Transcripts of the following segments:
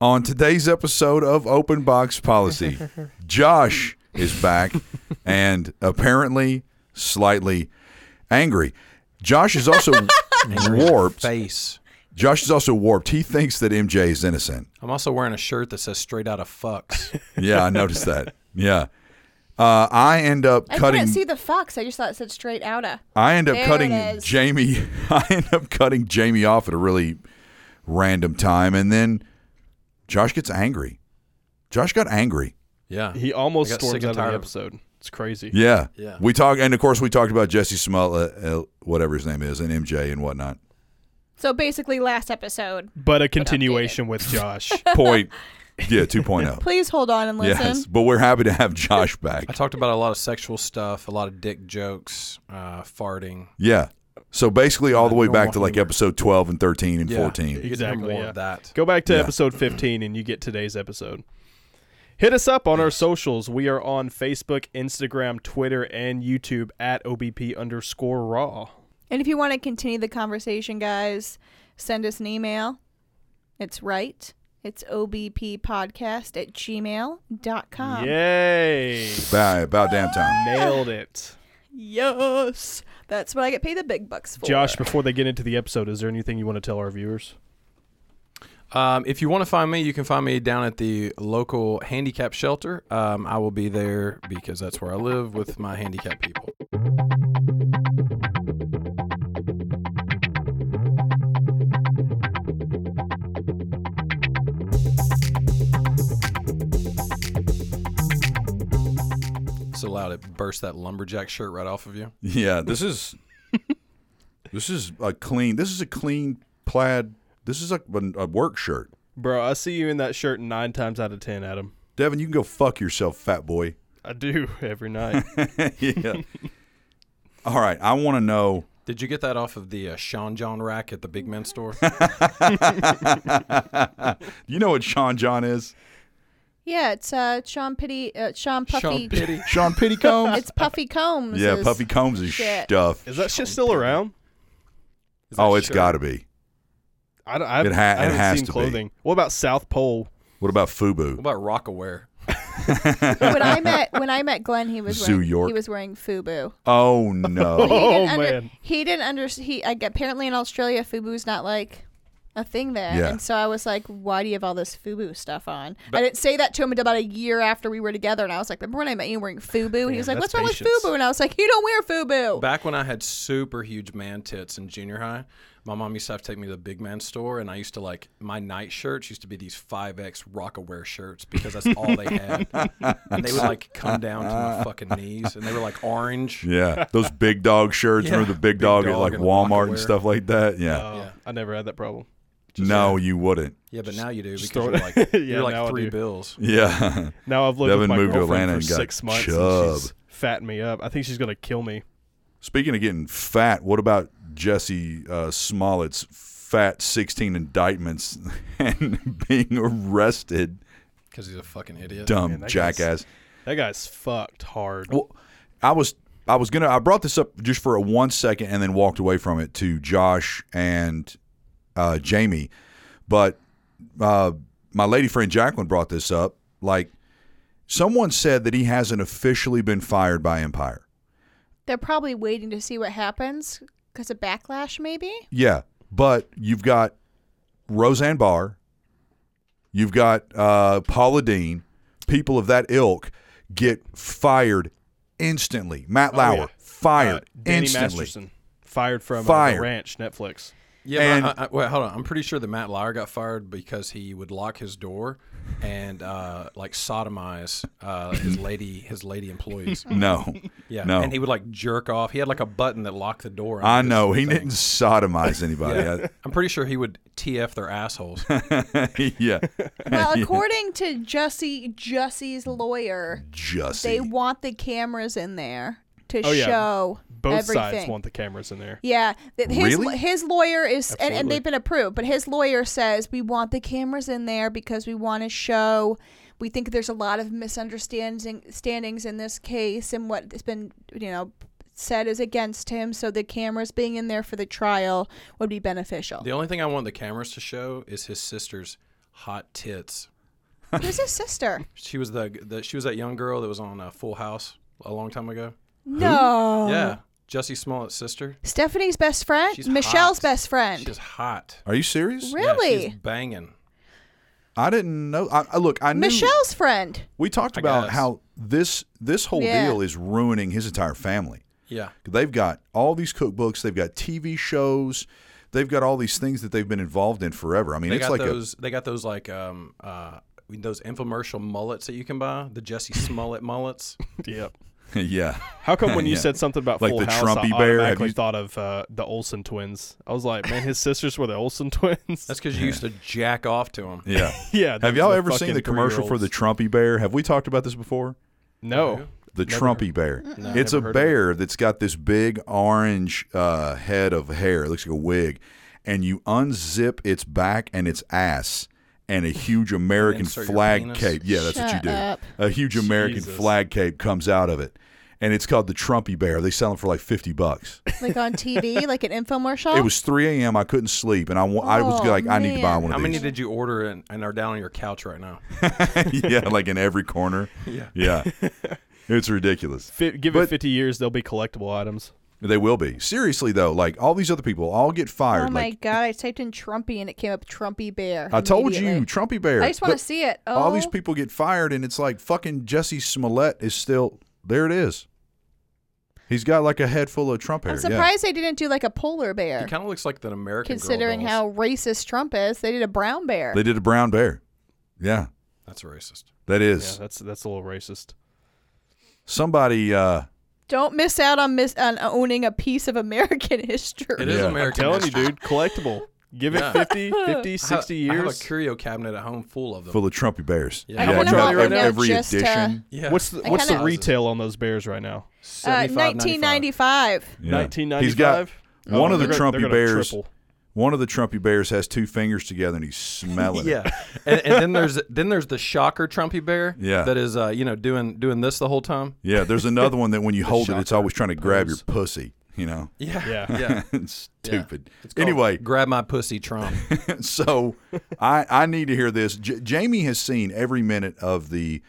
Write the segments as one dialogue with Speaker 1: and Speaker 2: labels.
Speaker 1: On today's episode of Open Box Policy, Josh is back and apparently slightly angry. Josh is also warped.
Speaker 2: Face.
Speaker 1: Josh is also warped. He thinks that MJ is innocent.
Speaker 2: I'm also wearing a shirt that says straight out of fucks.
Speaker 1: Yeah, I noticed that. Yeah. Uh, I end up
Speaker 3: I
Speaker 1: cutting
Speaker 3: couldn't see the fox. I just thought it said straight outa.
Speaker 1: I end up
Speaker 3: There
Speaker 1: cutting
Speaker 3: it is.
Speaker 1: Jamie. I end up cutting Jamie off at a really random time, and then Josh gets angry. Josh got angry.
Speaker 2: Yeah.
Speaker 4: He
Speaker 2: I
Speaker 4: almost
Speaker 2: got sick and
Speaker 4: storms out of the
Speaker 2: tired of-
Speaker 4: episode. It's crazy.
Speaker 1: Yeah,
Speaker 2: Yeah.
Speaker 1: We talk, and of course, we talked about Jesse Smollett, uh, whatever his name is, and MJ and whatnot.
Speaker 3: So basically, last episode.
Speaker 4: But a continuation with Josh.
Speaker 1: Point, yeah, two point oh.
Speaker 3: Please hold on and listen.
Speaker 1: Yes, but we're happy to have Josh back.
Speaker 2: I talked about a lot of sexual stuff, a lot of dick jokes, uh, farting.
Speaker 1: Yeah. So basically, all the way back to like
Speaker 2: Normal humor.
Speaker 1: episode twelve and thirteen and
Speaker 2: Yeah.
Speaker 1: fourteen.
Speaker 2: You could hear
Speaker 4: Exactly,
Speaker 2: More
Speaker 4: yeah.
Speaker 2: of that.
Speaker 4: Go back to
Speaker 1: Yeah.
Speaker 4: episode 15 and you get today's episode. Hit us up on our socials. We are on Facebook, Instagram, Twitter, and YouTube at OBP underscore raw.
Speaker 3: And if you want to continue the conversation, guys, send us an email. It's right. It's obppodcast at gmail.com.
Speaker 4: Yay!
Speaker 1: About, about damn time.
Speaker 4: Nailed it.
Speaker 3: Yes. That's what I get paid the big bucks for.
Speaker 4: Josh, before they get into the episode, is there anything you want to tell our viewers?
Speaker 2: Um, if you want to find me, you can find me down at the local handicap shelter. Um, I will be there because that's where I live with my handicapped people. So loud it burst that lumberjack shirt right off of you.
Speaker 1: Yeah, this is this is a clean. This is a clean plaid. This is a, a work shirt.
Speaker 4: Bro, I see you in that shirt nine times out of ten, Adam.
Speaker 1: Devin, you can go fuck yourself, fat boy.
Speaker 4: I do every night.
Speaker 1: yeah. All right, I want to know.
Speaker 2: Did you get that off of the uh, Sean John rack at the big men's store?
Speaker 1: You know what Sean John is?
Speaker 3: Yeah, it's uh, Sean Pitty, uh, Sean Puffy.
Speaker 2: Sean Pitty.
Speaker 1: Sean Pittycombs.
Speaker 3: It's Puffy Combs.
Speaker 1: yeah,
Speaker 3: is-
Speaker 1: Puffy Combs is
Speaker 3: shit.
Speaker 1: stuff.
Speaker 4: is that shit still around?
Speaker 2: Is that
Speaker 1: Oh, it's
Speaker 2: shirt?
Speaker 1: got to be.
Speaker 4: I, don't, I,
Speaker 1: It ha- it
Speaker 4: I haven't
Speaker 1: has
Speaker 4: seen
Speaker 1: to be.
Speaker 4: clothing. What about South Pole?
Speaker 1: What about
Speaker 2: What
Speaker 1: Fubu?
Speaker 2: about Rockaware?
Speaker 3: when I met when I met Glenn, he was
Speaker 1: Zoo
Speaker 3: wearing,
Speaker 1: York.
Speaker 3: He was wearing FUBU.
Speaker 1: Oh no.
Speaker 3: He didn't
Speaker 4: Oh,
Speaker 3: under-
Speaker 4: man.
Speaker 3: he didn't understand. He like, apparently in Australia, FUBU's not like a thing there,
Speaker 1: Yeah.
Speaker 3: and so I was like, "Why do you have all this FUBU stuff on?" I didn't say that to him until about a year after we were together, and I was like, "Remember when I met you wearing FUBU?" and he was like, "What's
Speaker 4: that's
Speaker 3: wrong
Speaker 4: patience.
Speaker 3: with FUBU?" And I was like, "You don't wear FUBU."
Speaker 2: Back when I had super huge man tits in junior high, my mom used to have to take me to the big man store, and I used to like my night shirts used to be these five X Rockaware shirts because that's all they had, and they would like come down to my fucking knees, and they were like orange.
Speaker 1: yeah, those big dog shirts.
Speaker 2: Yeah.
Speaker 1: Remember the big
Speaker 2: Big
Speaker 1: dog, at
Speaker 2: dog
Speaker 1: like
Speaker 2: and
Speaker 1: Walmart and
Speaker 2: Rockaware.
Speaker 1: stuff like that. Yeah.
Speaker 4: Oh,
Speaker 2: Yeah.
Speaker 4: I never had that problem.
Speaker 1: no, you wouldn't.
Speaker 2: Yeah, but now you do because
Speaker 4: throw
Speaker 2: you're
Speaker 4: it-
Speaker 2: like
Speaker 4: Yeah,
Speaker 2: you're
Speaker 4: now
Speaker 2: like
Speaker 4: I
Speaker 2: three
Speaker 4: do.
Speaker 2: bills.
Speaker 1: Yeah.
Speaker 4: Now I've lived
Speaker 1: Devin
Speaker 4: with my
Speaker 1: moved to
Speaker 4: girlfriend
Speaker 1: Atlanta
Speaker 4: for
Speaker 1: and got
Speaker 4: six months.
Speaker 1: chub.
Speaker 4: And she's fattened me up. I think she's gonna kill me.
Speaker 1: Speaking of getting fat, what about Jesse uh, Smollett's fat 16 indictments and being arrested?
Speaker 2: Because he's a fucking idiot.
Speaker 1: Dumb
Speaker 4: Man, that guy's-
Speaker 1: jackass.
Speaker 4: That guy's fucked hard.
Speaker 1: Well, I was I was gonna I brought this up just for a one second and then walked away from it to Josh and uh, Jamie, but uh, my lady friend Jacqueline brought this up. Like someone said that he hasn't officially been fired by Empire.
Speaker 3: They're probably waiting to see what happens because of backlash, maybe.
Speaker 1: Yeah, but you've got Roseanne Barr, you've got uh, Paula Dean, people of that ilk get fired instantly. Matt
Speaker 4: Oh,
Speaker 1: Lauer
Speaker 4: yeah.
Speaker 1: fired
Speaker 4: Uh, Danny
Speaker 1: instantly.
Speaker 4: Masterson fired from Uh,
Speaker 1: Fired.
Speaker 4: the ranch Netflix.
Speaker 2: Yeah,
Speaker 1: And-
Speaker 2: but I, I, wait, hold on. I'm pretty sure that Matt Lauer got fired because he would lock his door and uh, like sodomize uh, his lady his lady employees.
Speaker 1: No.
Speaker 2: Yeah,
Speaker 1: No.
Speaker 2: and he would like jerk off. He had like a button that locked the door.
Speaker 1: I
Speaker 2: on
Speaker 1: know
Speaker 2: his
Speaker 1: he
Speaker 2: thing.
Speaker 1: didn't sodomize anybody. I-
Speaker 2: I'm pretty sure he would TF their assholes.
Speaker 1: yeah,
Speaker 3: Well, according to Jesse Jesse's lawyer,
Speaker 1: Jussie.
Speaker 3: they want the cameras in there to
Speaker 4: Oh, yeah.
Speaker 3: show
Speaker 4: Both
Speaker 3: everything.
Speaker 4: sides want the cameras in there.
Speaker 3: Yeah, th- his
Speaker 1: Really?
Speaker 3: his lawyer is, and, and
Speaker 4: Absolutely.
Speaker 3: they've been approved, but his lawyer says we want the cameras in there because we want to show. We think there's a lot of misunderstanding standings in this case, and what's been you know said is against him. So the cameras being in there for the trial would be beneficial.
Speaker 2: the only thing I want the cameras to show is his sister's hot tits.
Speaker 3: Who's his sister?
Speaker 2: She was the, the she was that young girl that was on uh, Full House a long time ago.
Speaker 3: No.
Speaker 2: Yeah, Jesse Smollett's sister.
Speaker 3: Stephanie's best friend.
Speaker 2: She's
Speaker 3: Michelle's
Speaker 2: hot.
Speaker 3: best friend.
Speaker 2: She's hot.
Speaker 1: Are you serious?
Speaker 2: Yeah, she's
Speaker 3: really?
Speaker 2: banging.
Speaker 1: I didn't know. I, I look. I knew
Speaker 3: Michelle's friend.
Speaker 1: we talked
Speaker 2: I
Speaker 1: about
Speaker 2: guess.
Speaker 1: how this this whole
Speaker 3: Yeah.
Speaker 1: deal is ruining his entire family.
Speaker 2: Yeah.
Speaker 1: They've got all these cookbooks. They've got TV shows. They've got all these things that they've been involved in forever. I mean,
Speaker 2: They
Speaker 1: it's
Speaker 2: got
Speaker 1: like
Speaker 2: those. They got those like um uh those infomercial mullets that you can buy. The Jesse Smollett mullets.
Speaker 4: Yep.
Speaker 1: a yeah.
Speaker 4: How come when you
Speaker 1: Yeah.
Speaker 4: said something about
Speaker 1: Like
Speaker 4: Full
Speaker 1: the
Speaker 4: House,
Speaker 1: Trumpy bear,
Speaker 4: I
Speaker 1: have
Speaker 4: automatically
Speaker 1: you-
Speaker 4: thought of uh, the Olsen twins? I was like, man, his sisters were the Olsen twins.
Speaker 2: That's because you used to jack off to them.
Speaker 1: Yeah.
Speaker 4: yeah.
Speaker 1: Have
Speaker 4: the-
Speaker 1: y'all
Speaker 4: the
Speaker 1: ever seen
Speaker 4: fucking
Speaker 1: the commercial for the Oh,
Speaker 4: three-year-olds.
Speaker 1: Trumpy bear? Have we talked about this before?
Speaker 4: No.
Speaker 1: The Trumpy bear.
Speaker 4: No,
Speaker 1: it's a
Speaker 4: never heard of it.
Speaker 1: bear that's got this big orange uh, head of hair. It looks like a wig. And you unzip its back and its ass and a huge American
Speaker 2: insert your
Speaker 1: flag
Speaker 2: penis?
Speaker 1: cape. Yeah, that's what you
Speaker 3: Shut
Speaker 1: do.
Speaker 3: up.
Speaker 1: A huge American
Speaker 4: Jesus.
Speaker 1: flag cape comes out of it. And it's called the Trumpy bear. They sell them for like 50 bucks.
Speaker 3: Like on TV, like an infomercial.
Speaker 1: It was 3 a.m. I couldn't sleep. And I, wa- I was
Speaker 3: Oh,
Speaker 1: like, I need to buy
Speaker 3: man.
Speaker 1: one
Speaker 2: How
Speaker 1: of
Speaker 2: many
Speaker 1: these.
Speaker 2: did you order and, and are down on your couch right now?
Speaker 1: yeah, like in every corner.
Speaker 2: Yeah.
Speaker 1: Yeah. it's ridiculous.
Speaker 4: Fi- give it
Speaker 1: But-
Speaker 4: 50 years, they'll be collectible items.
Speaker 1: They will be. Seriously though, like all these other people all get
Speaker 3: oh
Speaker 1: fired.
Speaker 3: my
Speaker 1: like
Speaker 3: god! I typed in Trumpy and it came up Trumpy Bear.
Speaker 1: I told you,
Speaker 3: immediately.
Speaker 1: Trumpy Bear.
Speaker 3: I just want to
Speaker 1: Look,
Speaker 3: see it. Oh,
Speaker 1: All these people get fired and it's like fucking Jesse Smollett is still there it is. He's got like a head full of Trump hair.
Speaker 3: I'm
Speaker 1: yeah.
Speaker 3: surprised they didn't do like a polar
Speaker 2: He
Speaker 3: bear.
Speaker 2: kind of looks like that American. girl
Speaker 3: Considering
Speaker 2: dolls.
Speaker 3: how racist Trump is, they did a brown bear.
Speaker 1: They did a brown bear. Yeah.
Speaker 2: that's racist.
Speaker 1: That
Speaker 4: Yeah,
Speaker 1: is.
Speaker 4: that's that's a little racist.
Speaker 1: Somebody uh
Speaker 3: Don't miss out on miss on owning a piece of American history.
Speaker 2: It is
Speaker 1: Yeah.
Speaker 2: American.
Speaker 4: Telling you,
Speaker 2: history.
Speaker 4: dude, collectible. Give
Speaker 2: Yeah.
Speaker 4: it 50,
Speaker 2: I
Speaker 4: 50,
Speaker 2: have-
Speaker 4: 60
Speaker 2: I have
Speaker 4: years.
Speaker 2: a curio cabinet at home full of them.
Speaker 1: full of Trumpy bears.
Speaker 2: Yeah. I
Speaker 1: Yeah,
Speaker 4: kinda
Speaker 1: Trump-
Speaker 4: want one
Speaker 1: ev-
Speaker 4: now
Speaker 1: every
Speaker 3: just uh, to-
Speaker 1: edition.
Speaker 2: yeah. Uh,
Speaker 4: What's the,
Speaker 3: I
Speaker 4: what's the
Speaker 3: kinda-
Speaker 4: retail on those bears right now?
Speaker 3: Uh,
Speaker 2: 75,
Speaker 3: 1995.
Speaker 1: Yeah. He's
Speaker 4: 1995.
Speaker 1: got one
Speaker 4: Oh,
Speaker 1: of the
Speaker 4: they're gonna- they're
Speaker 1: Trumpy
Speaker 4: gonna
Speaker 1: bears.
Speaker 4: triple.
Speaker 1: One of the Trumpy bears has two fingers together and he's smelling it.
Speaker 2: Yeah, and, and then there's then there's the shocker Trumpy bear.
Speaker 1: Yeah.
Speaker 2: that is uh, you know doing doing this the whole time.
Speaker 1: Yeah, there's another one that when you hold it, it's always trying to grab your
Speaker 4: pose.
Speaker 1: pussy. You know,
Speaker 2: Yeah,
Speaker 4: Yeah.
Speaker 2: yeah.
Speaker 1: it's stupid.
Speaker 2: It's called
Speaker 1: Anyway,
Speaker 2: grab my pussy, Trump.
Speaker 1: so I I need to hear this. J- Jamie has seen every minute of the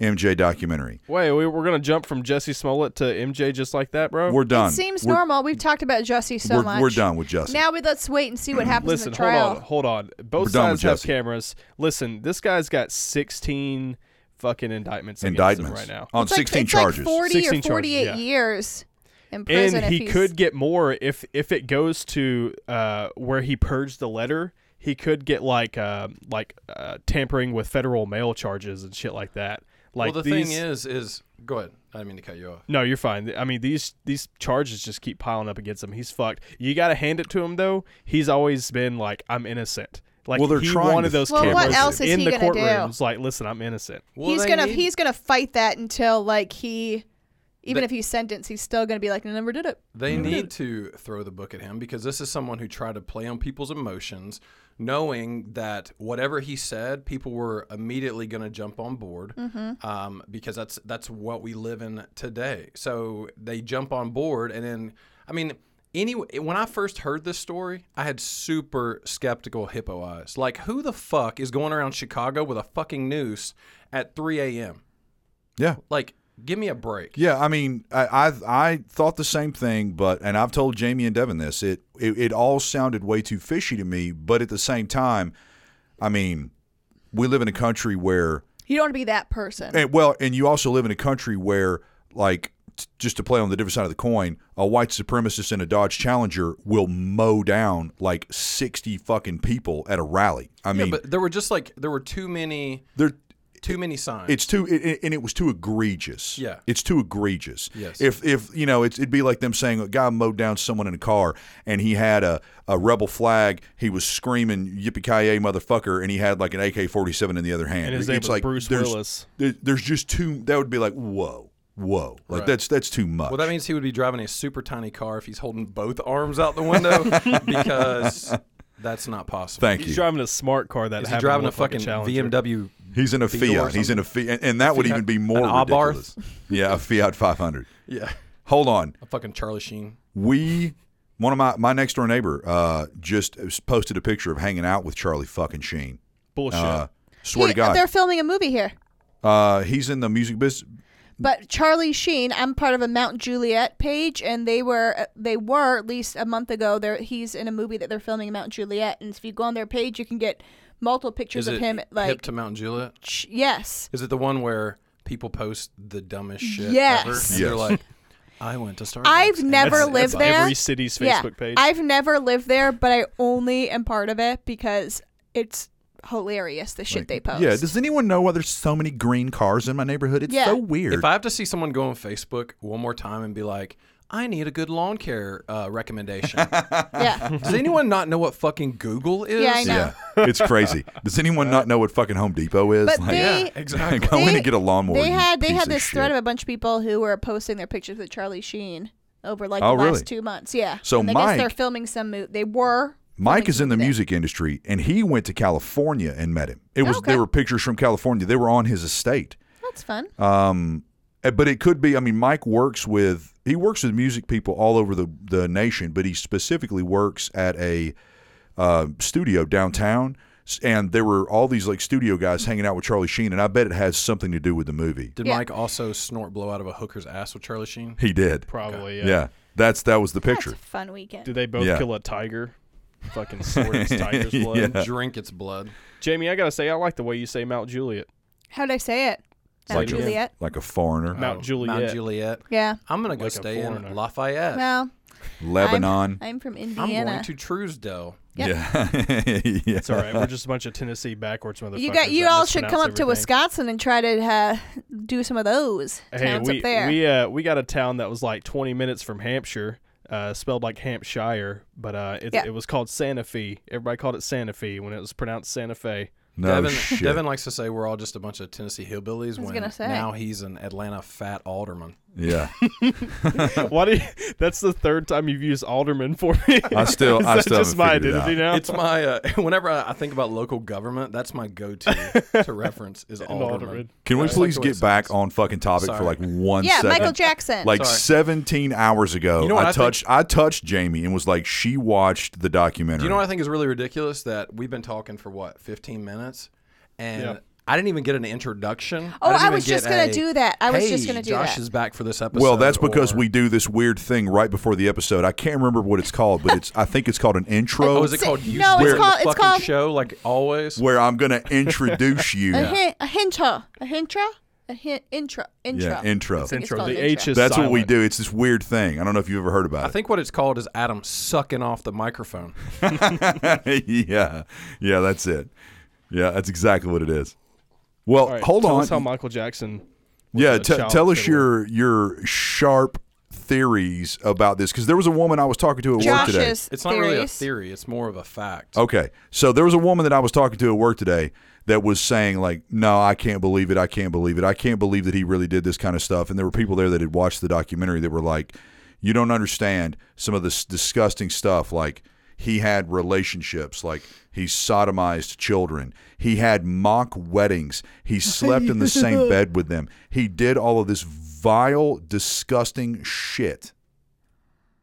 Speaker 1: MJ documentary.
Speaker 4: Wait, we, we're going to jump from Jesse Smollett to MJ just like that, bro?
Speaker 1: We're done.
Speaker 3: It seems
Speaker 1: We're-
Speaker 3: normal. We've talked about Jussie so
Speaker 1: we're,
Speaker 3: much.
Speaker 1: we're done with Justin.
Speaker 3: Now we let's wait and see what happens
Speaker 4: Listen,
Speaker 3: in the
Speaker 4: hold
Speaker 3: trial.
Speaker 4: on, hold on. Both
Speaker 1: We're done with
Speaker 4: sides have
Speaker 1: Jesse.
Speaker 4: cameras. Listen, this guy's got 16 fucking indictments. against him
Speaker 1: Indictments
Speaker 4: right now.
Speaker 1: on
Speaker 3: It's like-
Speaker 1: 16
Speaker 3: it's
Speaker 1: charges.
Speaker 3: Like 40
Speaker 4: 16
Speaker 3: or
Speaker 4: charges,
Speaker 3: 48
Speaker 4: yeah.
Speaker 3: years in prison.
Speaker 4: and he
Speaker 3: if he's,
Speaker 4: could get more if if it goes to uh, where he purged the letter. He could get like uh, like uh, tampering with federal mail charges and shit like that. Like
Speaker 2: well, the
Speaker 4: these,
Speaker 2: thing is, is go ahead. I didn't mean to cut you off.
Speaker 4: no, you're fine. I mean these these charges just keep piling up against him. He's fucked. You got to hand it to him though. He's always been like I'm innocent. Like
Speaker 1: Well, they're
Speaker 4: he
Speaker 1: trying
Speaker 4: wanted
Speaker 1: to-
Speaker 4: those
Speaker 3: Well,
Speaker 4: cameras
Speaker 3: what else is
Speaker 4: in
Speaker 3: he
Speaker 4: the
Speaker 3: gonna do?
Speaker 4: courtrooms. Like, listen, I'm innocent.
Speaker 2: Well,
Speaker 3: he's
Speaker 2: they
Speaker 3: gonna
Speaker 2: need-
Speaker 3: he's gonna fight that until like he, even
Speaker 2: They-
Speaker 3: if he's sentenced, he's still gonna be like, I never did it.
Speaker 2: They need to throw the book at him because this is someone who tried to play on people's emotions, knowing that whatever he said, people were immediately going to jump on board um, because that's that's what we live in today. So they jump on board, and then I mean, any when I first heard this story, I had super skeptical hippo eyes. Like, who the fuck is going around Chicago with a fucking noose at 3 a.m.?
Speaker 1: yeah.
Speaker 2: Like, give me a break.
Speaker 1: Yeah, I mean, I, I I thought the same thing, but and I've told Jamie and Devin this. It, it it all sounded way too fishy to me, but at the same time, I mean, we live in a country where
Speaker 3: You don't want to be that person.
Speaker 1: and, well, and you also live in a country where like t- just to play on the different side of the coin, a white supremacist in a Dodge Challenger will mow down like 60 fucking people at a rally. I
Speaker 2: Yeah,
Speaker 1: mean,
Speaker 2: but there were just like there were too many.
Speaker 1: they're
Speaker 2: too many signs.
Speaker 1: It's too, it, it- and it was too egregious.
Speaker 2: Yeah.
Speaker 1: it's too egregious.
Speaker 2: Yes.
Speaker 1: If if you know, it's, it'd be like them saying a guy mowed down someone in a car, and he had a, a rebel flag. He was screaming "Yippee ki yay, motherfucker!" and he had like an AK forty seven in the other hand.
Speaker 4: And his name
Speaker 1: it's
Speaker 4: was
Speaker 1: like
Speaker 4: Bruce
Speaker 1: there's,
Speaker 4: Willis.
Speaker 1: there- there's just too. That would be like whoa, whoa, like
Speaker 2: Right.
Speaker 1: that's that's too much.
Speaker 2: well, that means he would be driving a super tiny car if he's holding both arms out the window because that's not possible.
Speaker 1: Thank
Speaker 4: He's
Speaker 1: you.
Speaker 4: driving a smart car that
Speaker 2: Is he
Speaker 4: happened to
Speaker 2: driving a
Speaker 4: look like
Speaker 2: fucking
Speaker 4: Challenger.
Speaker 2: BMW?
Speaker 1: He's in a
Speaker 2: Beetle or
Speaker 1: Fiat. He's in a Fiat, and, and that would even be more
Speaker 2: An Abarth?
Speaker 1: ridiculous. Yeah, a Fiat five hundred.
Speaker 2: Yeah,
Speaker 1: Hold on.
Speaker 2: a fucking Charlie Sheen.
Speaker 1: we one of my my next door neighbor uh, just posted a picture of hanging out with Charlie fucking Sheen
Speaker 4: Bullshit.
Speaker 1: Uh, swear
Speaker 3: He-
Speaker 1: to God,
Speaker 3: They're filming a movie here.
Speaker 1: uh, he's in the music business.
Speaker 3: But Charlie Sheen, I'm part of a Mount Juliet page, and they were uh, they were at least a month ago. There, he's in a movie that they're filming in Mount Juliet, and if you go on their page, you can get multiple pictures
Speaker 2: Is
Speaker 3: of
Speaker 2: it
Speaker 3: him. Like,
Speaker 2: hip to Mount Juliet?
Speaker 3: ch- yes,
Speaker 2: Is it the one where people post the dumbest shit ever?
Speaker 3: Yes.
Speaker 2: And They're
Speaker 1: Yes.
Speaker 2: like, I went to Starbucks.
Speaker 3: I've
Speaker 2: and
Speaker 3: never
Speaker 2: that's-
Speaker 3: lived
Speaker 2: that's
Speaker 3: there.
Speaker 4: Every city's
Speaker 3: yeah.
Speaker 4: Facebook page.
Speaker 3: I've never lived there, but I only am part of it because it's hilarious the shit they post.
Speaker 1: Yeah. Does anyone know why there's so many green cars in my neighborhood? It's
Speaker 3: Yeah.
Speaker 1: so weird.
Speaker 2: If I have to see someone go on Facebook one more time and be like, I need a good lawn care uh, recommendation.
Speaker 3: yeah,
Speaker 2: Does anyone not know what fucking Google is?
Speaker 3: yeah, I know.
Speaker 1: yeah, it's crazy. Does anyone not know what fucking Home Depot is?
Speaker 3: But they-
Speaker 2: Yeah, exactly.
Speaker 1: go in
Speaker 3: they-
Speaker 1: and get a lawnmower.
Speaker 3: They
Speaker 1: you
Speaker 3: had they
Speaker 1: piece
Speaker 3: had this thread
Speaker 1: shit.
Speaker 3: of a bunch of people who were posting their pictures with Charlie Sheen over like
Speaker 1: Oh,
Speaker 3: the
Speaker 1: really?
Speaker 3: last two months. Yeah.
Speaker 1: So
Speaker 3: and I
Speaker 1: Mike-
Speaker 3: guess they're filming some movie. They were.
Speaker 1: Mike
Speaker 3: filming
Speaker 1: is in the
Speaker 3: something.
Speaker 1: music industry, and he went to California and met him. It was
Speaker 3: Okay.
Speaker 1: there were pictures from California. They were on his estate.
Speaker 3: That's fun.
Speaker 1: Um, eh, but it could be. I mean, Mike works with he works with music people all over the the nation, but he specifically works at a uh, studio downtown. S- And there were all these like studio guys hanging out with Charlie Sheen, and I bet it has something to do with the movie.
Speaker 2: Did
Speaker 3: Yeah.
Speaker 2: Mike also snort blow out of a hooker's ass with Charlie Sheen?
Speaker 1: He did.
Speaker 4: Probably.
Speaker 1: Yeah.
Speaker 4: Yeah.
Speaker 1: that's that was the picture.
Speaker 3: That's a fun weekend.
Speaker 4: Do they both
Speaker 1: Yeah.
Speaker 4: kill a tiger? Fucking sword its tiger's blood.
Speaker 1: Yeah.
Speaker 2: Drink its blood.
Speaker 4: Jamie, I gotta say, I like the way you say Mount Juliet.
Speaker 3: How'd I say it? Mount
Speaker 1: like a-
Speaker 3: Juliet.
Speaker 1: like a foreigner,
Speaker 4: Mount
Speaker 2: Oh,
Speaker 4: Juliet.
Speaker 2: Mount Juliet.
Speaker 3: Yeah.
Speaker 2: I'm going to go
Speaker 4: Like a
Speaker 2: stay
Speaker 4: foreigner.
Speaker 2: in Lafayette.
Speaker 3: Well,
Speaker 1: Lebanon.
Speaker 3: I'm from
Speaker 2: I'm going
Speaker 3: Indiana.
Speaker 2: to Truesdale.
Speaker 3: Yep.
Speaker 1: Yeah, yeah.
Speaker 4: It's all right. We're just a bunch of Tennessee backwards motherfuckers.
Speaker 3: You got. You
Speaker 4: that
Speaker 3: all should come
Speaker 4: mispronounce
Speaker 3: up to
Speaker 4: everything.
Speaker 3: Wisconsin and try to uh, do some of those
Speaker 4: Hey,
Speaker 3: towns
Speaker 4: we
Speaker 3: up there.
Speaker 4: we uh we got a town that was like 20 minutes from Hampshire, uh, spelled like Hampshire, but uh, it,
Speaker 3: Yeah.
Speaker 4: it was called Santa Fe. Everybody called it Santa Fe when it was pronounced Santa Fe.
Speaker 1: No
Speaker 2: Devin,
Speaker 1: Oh, shit.
Speaker 2: Devin likes to say we're all just a bunch of Tennessee hillbillies. when
Speaker 3: gonna say.
Speaker 2: Now he's an Atlanta fat alderman.
Speaker 1: Yeah,
Speaker 4: Why do you, that's the third time you've used alderman for me.
Speaker 1: I still,
Speaker 4: Is
Speaker 1: I
Speaker 4: that
Speaker 1: still haven't
Speaker 4: just my
Speaker 1: figured it
Speaker 4: identity
Speaker 1: out.
Speaker 4: now?
Speaker 2: It's my uh, whenever I, I think about local government, that's my go-to to reference is
Speaker 4: An
Speaker 2: alderman.
Speaker 4: alderman.
Speaker 1: Can we
Speaker 2: That's like
Speaker 1: please
Speaker 2: the way it
Speaker 1: get back
Speaker 2: sounds.
Speaker 1: on fucking topic for
Speaker 2: Sorry.
Speaker 1: like one
Speaker 3: yeah,
Speaker 1: second?
Speaker 3: Michael Jackson.
Speaker 1: Like
Speaker 2: Sorry.
Speaker 1: 17 hours ago,
Speaker 2: You know what
Speaker 1: I
Speaker 2: I think-
Speaker 1: touched I touched Jamie and was like, she watched the documentary.
Speaker 2: Do you know what I think is really ridiculous? That we've been talking for what 15 minutes, and
Speaker 4: Yeah.
Speaker 2: I didn't even get an introduction.
Speaker 3: Oh,
Speaker 2: didn't
Speaker 3: I
Speaker 2: even
Speaker 3: was just
Speaker 2: get
Speaker 3: gonna
Speaker 2: a,
Speaker 3: do that. I was
Speaker 2: "Hey,
Speaker 3: just gonna do
Speaker 2: Josh
Speaker 3: that."
Speaker 2: is back for this episode.
Speaker 1: well, that's because
Speaker 2: or-
Speaker 1: we do this weird thing right before the episode. I can't remember what it's called, but it's I think it's called an intro
Speaker 2: Oh, is it called?
Speaker 3: No,
Speaker 2: You
Speaker 3: it's
Speaker 2: Start the
Speaker 3: called- it's
Speaker 2: fucking
Speaker 3: called-
Speaker 2: show like always.
Speaker 1: where I'm going to introduce you.
Speaker 3: a, hin- a hintra. A hintra. A hin- intro. Intro.
Speaker 1: Yeah, intro.
Speaker 3: think it's
Speaker 4: intro.
Speaker 3: called
Speaker 4: The
Speaker 3: intro.
Speaker 4: H is
Speaker 1: That's what we
Speaker 4: silent.
Speaker 1: do. It's this weird thing. I don't know if you've ever heard about
Speaker 2: I
Speaker 1: it.
Speaker 2: think what it's called is Adam sucking off the microphone.
Speaker 1: yeah, yeah, that's it. Yeah, that's exactly what it is. Well,
Speaker 4: All right,
Speaker 1: hold
Speaker 4: tell
Speaker 1: on.
Speaker 4: us how Michael Jackson. was
Speaker 1: yeah,
Speaker 4: a
Speaker 1: t-
Speaker 4: child
Speaker 1: tell us
Speaker 4: fiddler.
Speaker 1: your your sharp theories about this because there was a woman I was talking to at work today. Oh.
Speaker 3: Josh's
Speaker 2: It's not
Speaker 3: theories.
Speaker 2: really a theory; it's more of a fact.
Speaker 1: Okay, so there was a woman that I was talking to at work today that was saying like, "No, I can't believe it. I can't believe it. I can't believe that he really did this kind of stuff." And there were people there that had watched the documentary that were like, "You don't understand some of this disgusting stuff. Like he had relationships. Like he sodomized children. He had mock weddings. He slept in the same bed with them. He did all of this vile, disgusting shit."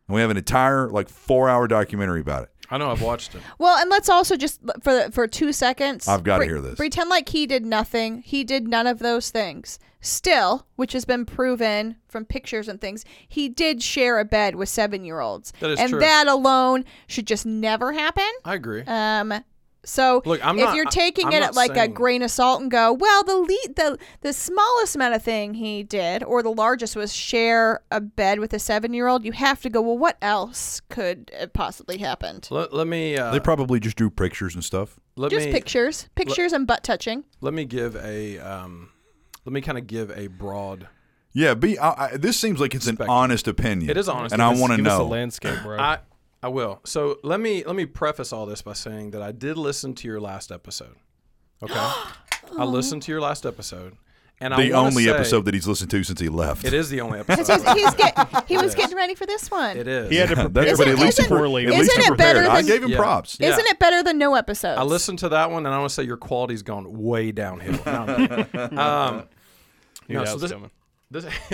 Speaker 1: And we have an entire like four-hour documentary about it.
Speaker 2: I know I've watched it.
Speaker 3: Well, and let's also just for for two seconds.
Speaker 1: I've gotta
Speaker 3: pre-
Speaker 1: hear this.
Speaker 3: Pretend like he did nothing. He did none of those things. Still, which has been proven from pictures and things, he did share a bed with seven year olds,
Speaker 2: That is
Speaker 3: and
Speaker 2: true.
Speaker 3: that alone should just never happen.
Speaker 2: I agree.
Speaker 3: Um. So
Speaker 2: Look, I'm
Speaker 3: if
Speaker 2: not-
Speaker 3: you're
Speaker 2: I-
Speaker 3: taking
Speaker 2: I'm
Speaker 3: it
Speaker 2: not
Speaker 3: at like a
Speaker 2: saying-
Speaker 3: grain of salt and go, well, the lead, the the smallest amount of thing he did, or the largest was share a bed with a seven year old, you have to go, well, what else could have possibly happened?
Speaker 2: Let, let me. Uh,
Speaker 1: They probably just drew pictures and stuff.
Speaker 2: let
Speaker 3: Just
Speaker 2: me,
Speaker 3: pictures, pictures and butt touching.
Speaker 2: Let me give a. Um, let me kind of give a broad.
Speaker 1: Yeah, be. I, I, this seems like it's an
Speaker 2: Spectrum.
Speaker 1: honest opinion.
Speaker 2: It is honest.
Speaker 1: and I
Speaker 2: Give us-
Speaker 1: want to
Speaker 4: Give us the
Speaker 1: know.
Speaker 4: landscape, bro.
Speaker 2: I I will. So let me let me preface all this by saying that I did listen to your last episode. Okay, I listened to your last episode, and I
Speaker 1: the
Speaker 2: wanna
Speaker 1: only
Speaker 2: say-
Speaker 1: episode that he's listened to since he left.
Speaker 2: It is the only
Speaker 3: He's,
Speaker 2: episode.
Speaker 3: he's get, he was getting ready for this one.
Speaker 2: it is.
Speaker 4: he had to
Speaker 1: Yeah,
Speaker 4: prepare.
Speaker 1: that's- but
Speaker 4: for
Speaker 1: at least he
Speaker 4: it
Speaker 3: isn't-
Speaker 1: pre-
Speaker 4: poorly.
Speaker 1: at
Speaker 3: isn't
Speaker 1: least he
Speaker 3: it
Speaker 1: prepared.
Speaker 3: better
Speaker 1: I
Speaker 3: than-
Speaker 1: gave him
Speaker 2: Yeah.
Speaker 1: props.
Speaker 2: Yeah.
Speaker 3: Isn't it better than no episodes?
Speaker 2: I listened to that one, and I want to say your quality's gone way downhill. No, I'm kidding. um,
Speaker 4: Knew
Speaker 2: no,
Speaker 4: that
Speaker 2: so
Speaker 4: was
Speaker 2: this-
Speaker 4: coming.
Speaker 2: this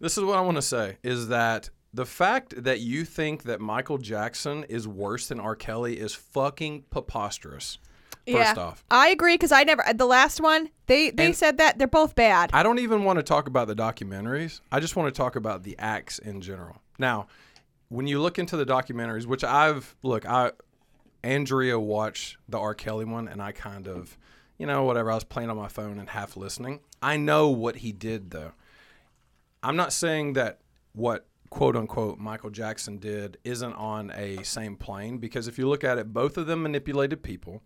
Speaker 2: this is what I want to say is that the fact that you think that Michael Jackson is worse than R. Kelly is fucking preposterous.
Speaker 3: yeah.
Speaker 2: off.
Speaker 3: I agree because I never the last one they they
Speaker 2: And-
Speaker 3: said that they're both bad.
Speaker 2: I don't even want to talk about the documentaries. I just want to talk about the acts in general. Now, when you look into the documentaries, which I've look, I Andrea watched the R. Kelly one, and I kind of, you know, whatever. I was playing on my phone and half listening. I know what he did though. I'm not saying that what quote unquote Michael Jackson did isn't on a same plane because if you look at it, both of them manipulated people.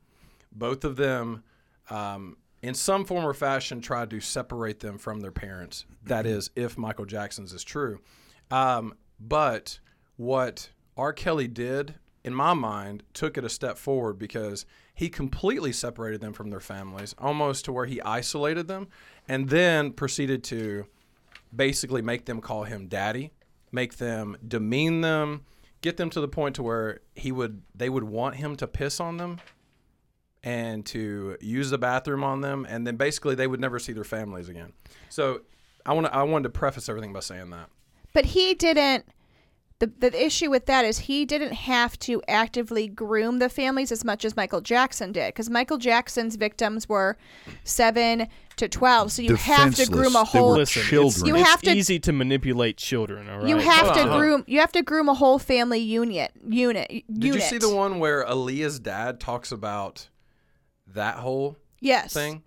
Speaker 2: Both of them, um, in some form or fashion, tried to separate them from their parents. That is, if Michael Jackson's is true. Um, but what R. Kelly did, in my mind, took it a step forward because he completely separated them from their families, almost to where he isolated them, and then proceeded to basically make them call him daddy, make them demean them, get them to the point to where he would they would want him to piss on them and to use the bathroom on them and then basically they would never see their families again. So I want to I wanted to preface everything by saying that.
Speaker 3: But he didn't. The, the issue with that is he didn't have to actively groom the families as much as Michael Jackson did, because Michael Jackson's victims were seven to twelve. So you have to groom a
Speaker 1: Defenseless. They were
Speaker 3: whole.
Speaker 4: Listen,
Speaker 1: children.
Speaker 4: It's,
Speaker 3: You
Speaker 4: it's
Speaker 3: have to-
Speaker 4: easy to manipulate children. All right.
Speaker 3: You have
Speaker 2: Hold
Speaker 3: to
Speaker 2: on, hold on.
Speaker 3: groom. You have to groom a whole family unit. Unit. Did
Speaker 2: Did you see the one where Aaliyah's dad talks about that whole
Speaker 3: Yes.
Speaker 2: thing?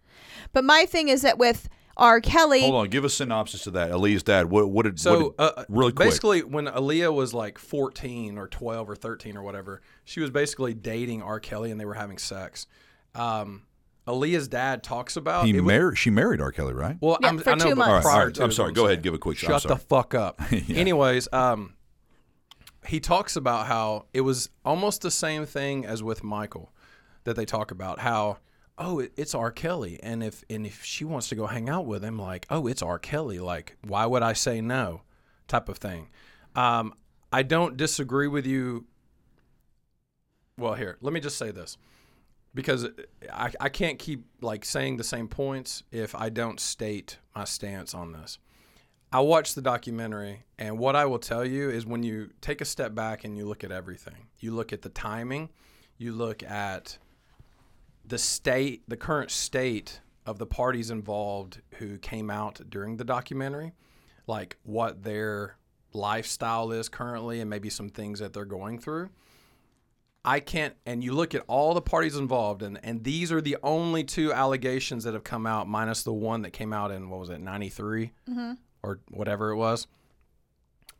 Speaker 3: But my thing is that with R. Kelly,
Speaker 1: Hold on, give a synopsis of that. Elise, dad, what, what did
Speaker 2: So
Speaker 1: what did-
Speaker 2: uh,
Speaker 1: really quick?
Speaker 2: basically, when Aaliyah was like 14 or 12 or 13 or whatever, she was basically dating R. Kelly and they were having sex. Um, Aaliyah's dad talks about
Speaker 1: he
Speaker 2: uh, it was-
Speaker 1: married. She married R. Kelly, right?
Speaker 2: well,
Speaker 3: Yeah,
Speaker 2: I'm,
Speaker 3: for
Speaker 2: I know,
Speaker 3: two
Speaker 2: but
Speaker 3: months. All right,
Speaker 2: prior
Speaker 1: all right,
Speaker 2: to
Speaker 1: I'm
Speaker 2: is
Speaker 1: sorry.
Speaker 2: what
Speaker 1: Go ahead,
Speaker 2: saying.
Speaker 1: give a quick- I'm
Speaker 2: Shut
Speaker 1: sorry.
Speaker 2: the fuck up. Anyways, um, he talks about how it was almost the same thing as with Michael that they talk about how oh it- it's R Kelly and if and if she wants to go hang out with him like oh it's R Kelly like why would I say no type of thing. Um, I don't disagree with you. Well, here let me just say this because I, I can't keep like saying the same points if I don't state my stance on this. I watched the documentary, and what I will tell you is when you take a step back and you look at everything, you look at the timing, you look at the state, the current state of the parties involved who came out during the documentary, like what their lifestyle is currently, and maybe some things that they're going through. I can't, and you look at all the parties involved, and, and these are the only two allegations that have come out, minus the one that came out in, what was it, 93? or whatever it was.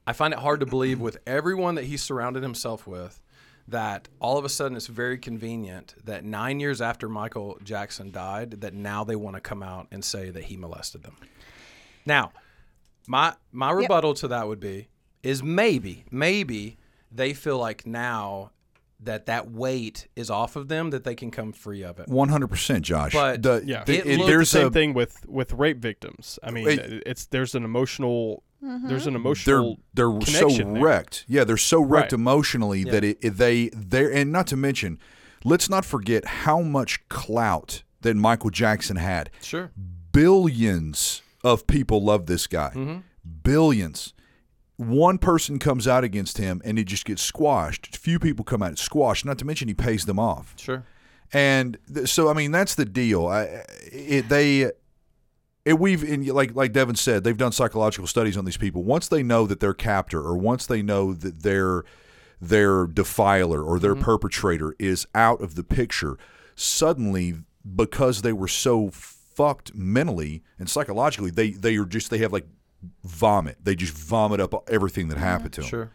Speaker 2: I find it hard to believe with everyone that he surrounded himself with that all of a sudden it's very convenient that 9 years after Michael Jackson died that now they want to come out and say that he molested them. Now, my my rebuttal to that would be is maybe maybe they feel like now that that weight is off of them that they can come free of it.
Speaker 1: One hundred percent, Josh.
Speaker 2: But
Speaker 1: The-
Speaker 4: Yeah,
Speaker 1: the-
Speaker 2: it
Speaker 1: it-
Speaker 2: looked
Speaker 1: there's
Speaker 4: same
Speaker 1: a
Speaker 4: thing with with rape victims. I mean,
Speaker 1: It-
Speaker 4: it's there's an emotional
Speaker 3: Mm-hmm.
Speaker 4: there's an
Speaker 1: they're
Speaker 4: emotional
Speaker 1: they're so
Speaker 4: connection there.
Speaker 1: wrecked. Yeah, they're so wrecked
Speaker 4: Right.
Speaker 1: emotionally that it, it- they they and not to mention, let's not forget how much clout that Michael Jackson had.
Speaker 2: Sure.
Speaker 1: Billions of people love this guy.
Speaker 4: Mm-hmm.
Speaker 1: Billions. One person comes out against him and it just gets squashed. Few people come out squashed. Not to mention he pays them off.
Speaker 2: Sure.
Speaker 1: And th- so, I mean, that's the deal. I, it, they, it, we've and like like Devin said, they've done psychological studies on these people. Once they know that their captor, or once they know that their their defiler or their perpetrator is out of the picture, suddenly because they were so fucked mentally and psychologically, they they are just they have like vomit. They just vomit up everything that happened to them.
Speaker 2: Sure.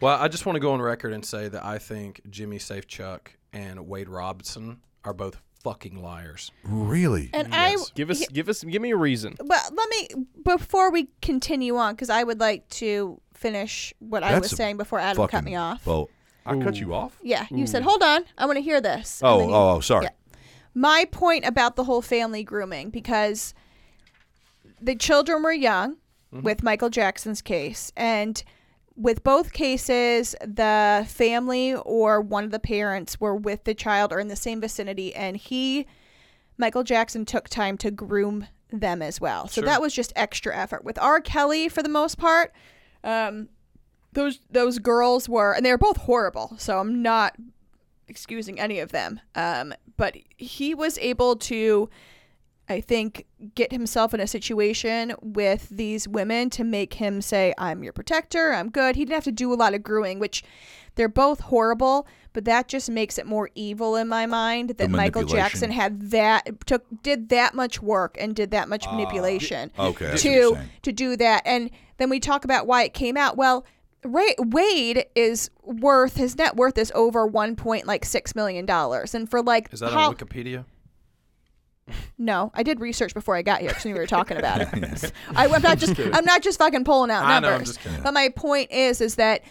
Speaker 2: Well, I just want to go on record and say that I think Jimmy Safe Chuck and Wade Robinson are both fucking liars.
Speaker 1: Really?
Speaker 3: and I
Speaker 4: give us give us give me a reason.
Speaker 3: Well, let me before we continue on because I would like to finish what I
Speaker 1: That's
Speaker 3: was
Speaker 1: a
Speaker 3: saying before Adam
Speaker 1: Fucking
Speaker 3: cut me off.
Speaker 1: Well, I cut you off.
Speaker 3: yeah, you said, "Hold on, I want to hear this." and
Speaker 1: Oh,
Speaker 3: then you-
Speaker 1: oh, oh, sorry.
Speaker 3: My point about the whole family grooming because the children were young
Speaker 1: Mm-hmm.
Speaker 3: with Michael Jackson's case and with both cases the family or one of the parents were with the child or in the same vicinity and he Michael Jackson took time to groom them as well. So that was just extra effort. With R. Kelly, for the most part, um, those those girls were, and they were both horrible. So I'm not excusing any of them. Um, but he was able to, I think, get himself in a situation with these women to make him say, I'm your protector, I'm good. He didn't have to do a lot of grueing, which they're both horrible, but that just makes it more evil in my mind that Michael
Speaker 1: manipulation.
Speaker 3: Jackson had that took did that much work and did that much manipulation
Speaker 1: Okay. I see what you're
Speaker 3: to
Speaker 1: saying.
Speaker 3: to do that. And then we talk about why it came out. Well, Ray, Wade is worth his net worth is over one point like six million dollars, and for like
Speaker 2: Is that
Speaker 3: how-
Speaker 2: on Wikipedia?
Speaker 3: no, I did research before I got here because we were talking about it. I, am not just I'm not just fucking pulling out
Speaker 2: I
Speaker 3: numbers.
Speaker 2: know, I'm just kidding.
Speaker 3: But my point is, is that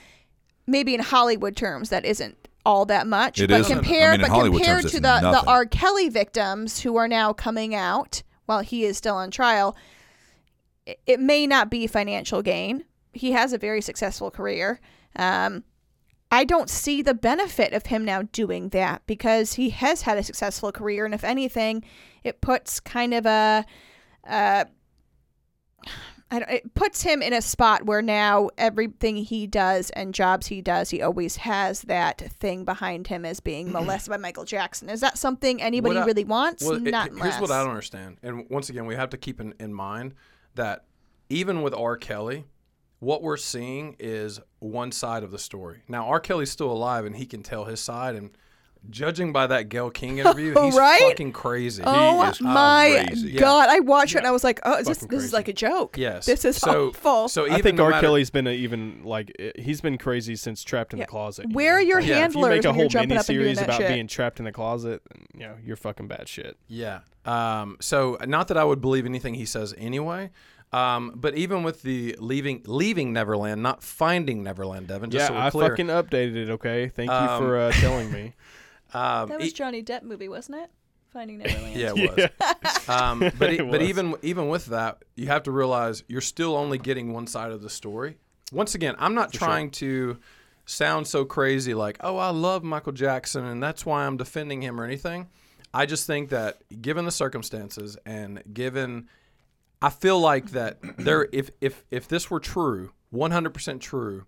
Speaker 3: maybe in Hollywood terms, that isn't all that much.
Speaker 1: It
Speaker 3: but
Speaker 1: isn't.
Speaker 3: compared,
Speaker 1: I mean, in
Speaker 3: but
Speaker 1: Hollywood
Speaker 3: compared
Speaker 1: terms,
Speaker 3: to the
Speaker 1: it's
Speaker 3: the
Speaker 1: nothing.
Speaker 3: R. Kelly victims who are now coming out while he is still on trial, it, it may not be financial gain. He has a very successful career. Um, I don't see the benefit of him now doing that because he has had a successful career, and if anything, it puts kind of a, uh, I don't, it puts him in a spot where now everything he does and jobs he does, he always has that thing behind him as being molested by Michael Jackson. Is that something anybody
Speaker 2: What I-
Speaker 3: really wants?
Speaker 2: Well, it-
Speaker 3: Not
Speaker 2: here's what
Speaker 3: unless-
Speaker 2: I don't understand. And once again, we have to keep in, in mind that even with R. Kelly, what we're seeing is one side of the story. Now, R. Kelly's still alive and he can tell his side. And judging by that Gail King interview, he's
Speaker 3: Right?
Speaker 2: fucking crazy.
Speaker 3: Oh
Speaker 1: is
Speaker 3: my
Speaker 1: crazy.
Speaker 3: god! I watched it and I was like, "Oh, is this
Speaker 2: Fucking
Speaker 3: this is
Speaker 2: crazy.
Speaker 3: like a joke?
Speaker 2: yes.
Speaker 3: this is
Speaker 2: so,
Speaker 3: awful."
Speaker 2: So even
Speaker 4: I think
Speaker 2: no
Speaker 4: R.
Speaker 2: matter-
Speaker 4: Kelly's been a even like i- he's been crazy since Trapped in
Speaker 3: Yeah.
Speaker 4: the Closet. you
Speaker 3: Where
Speaker 4: know?
Speaker 3: are your
Speaker 4: Like,
Speaker 3: handlers
Speaker 4: If you
Speaker 3: when
Speaker 4: make a
Speaker 3: you're
Speaker 4: whole
Speaker 3: jumping up and doing
Speaker 4: miniseries
Speaker 3: that
Speaker 4: about
Speaker 3: shit?
Speaker 4: being trapped in the closet, you know you're fucking bad shit.
Speaker 2: Yeah. Um, so not that I would believe anything he says anyway. Um, but even with the leaving leaving Neverland, not finding Neverland, Devin. Just
Speaker 4: yeah,
Speaker 2: so we're
Speaker 4: I
Speaker 2: clear.
Speaker 4: fucking updated it. Okay, thank you
Speaker 2: Um,
Speaker 4: for uh, telling me.
Speaker 2: um,
Speaker 3: That
Speaker 2: e-
Speaker 3: was Johnny Depp movie, wasn't it? Finding Neverland.
Speaker 2: Yeah, it was. Um, but e-
Speaker 4: It
Speaker 2: but
Speaker 4: was.
Speaker 2: even even with that, you have to realize you're still only getting one side of the story. Once again, I'm not trying to sound so crazy like, oh, I love Michael Jackson and that's why I'm defending him or anything. I just think that given the circumstances and given I feel like that there if if if this were true, 100% true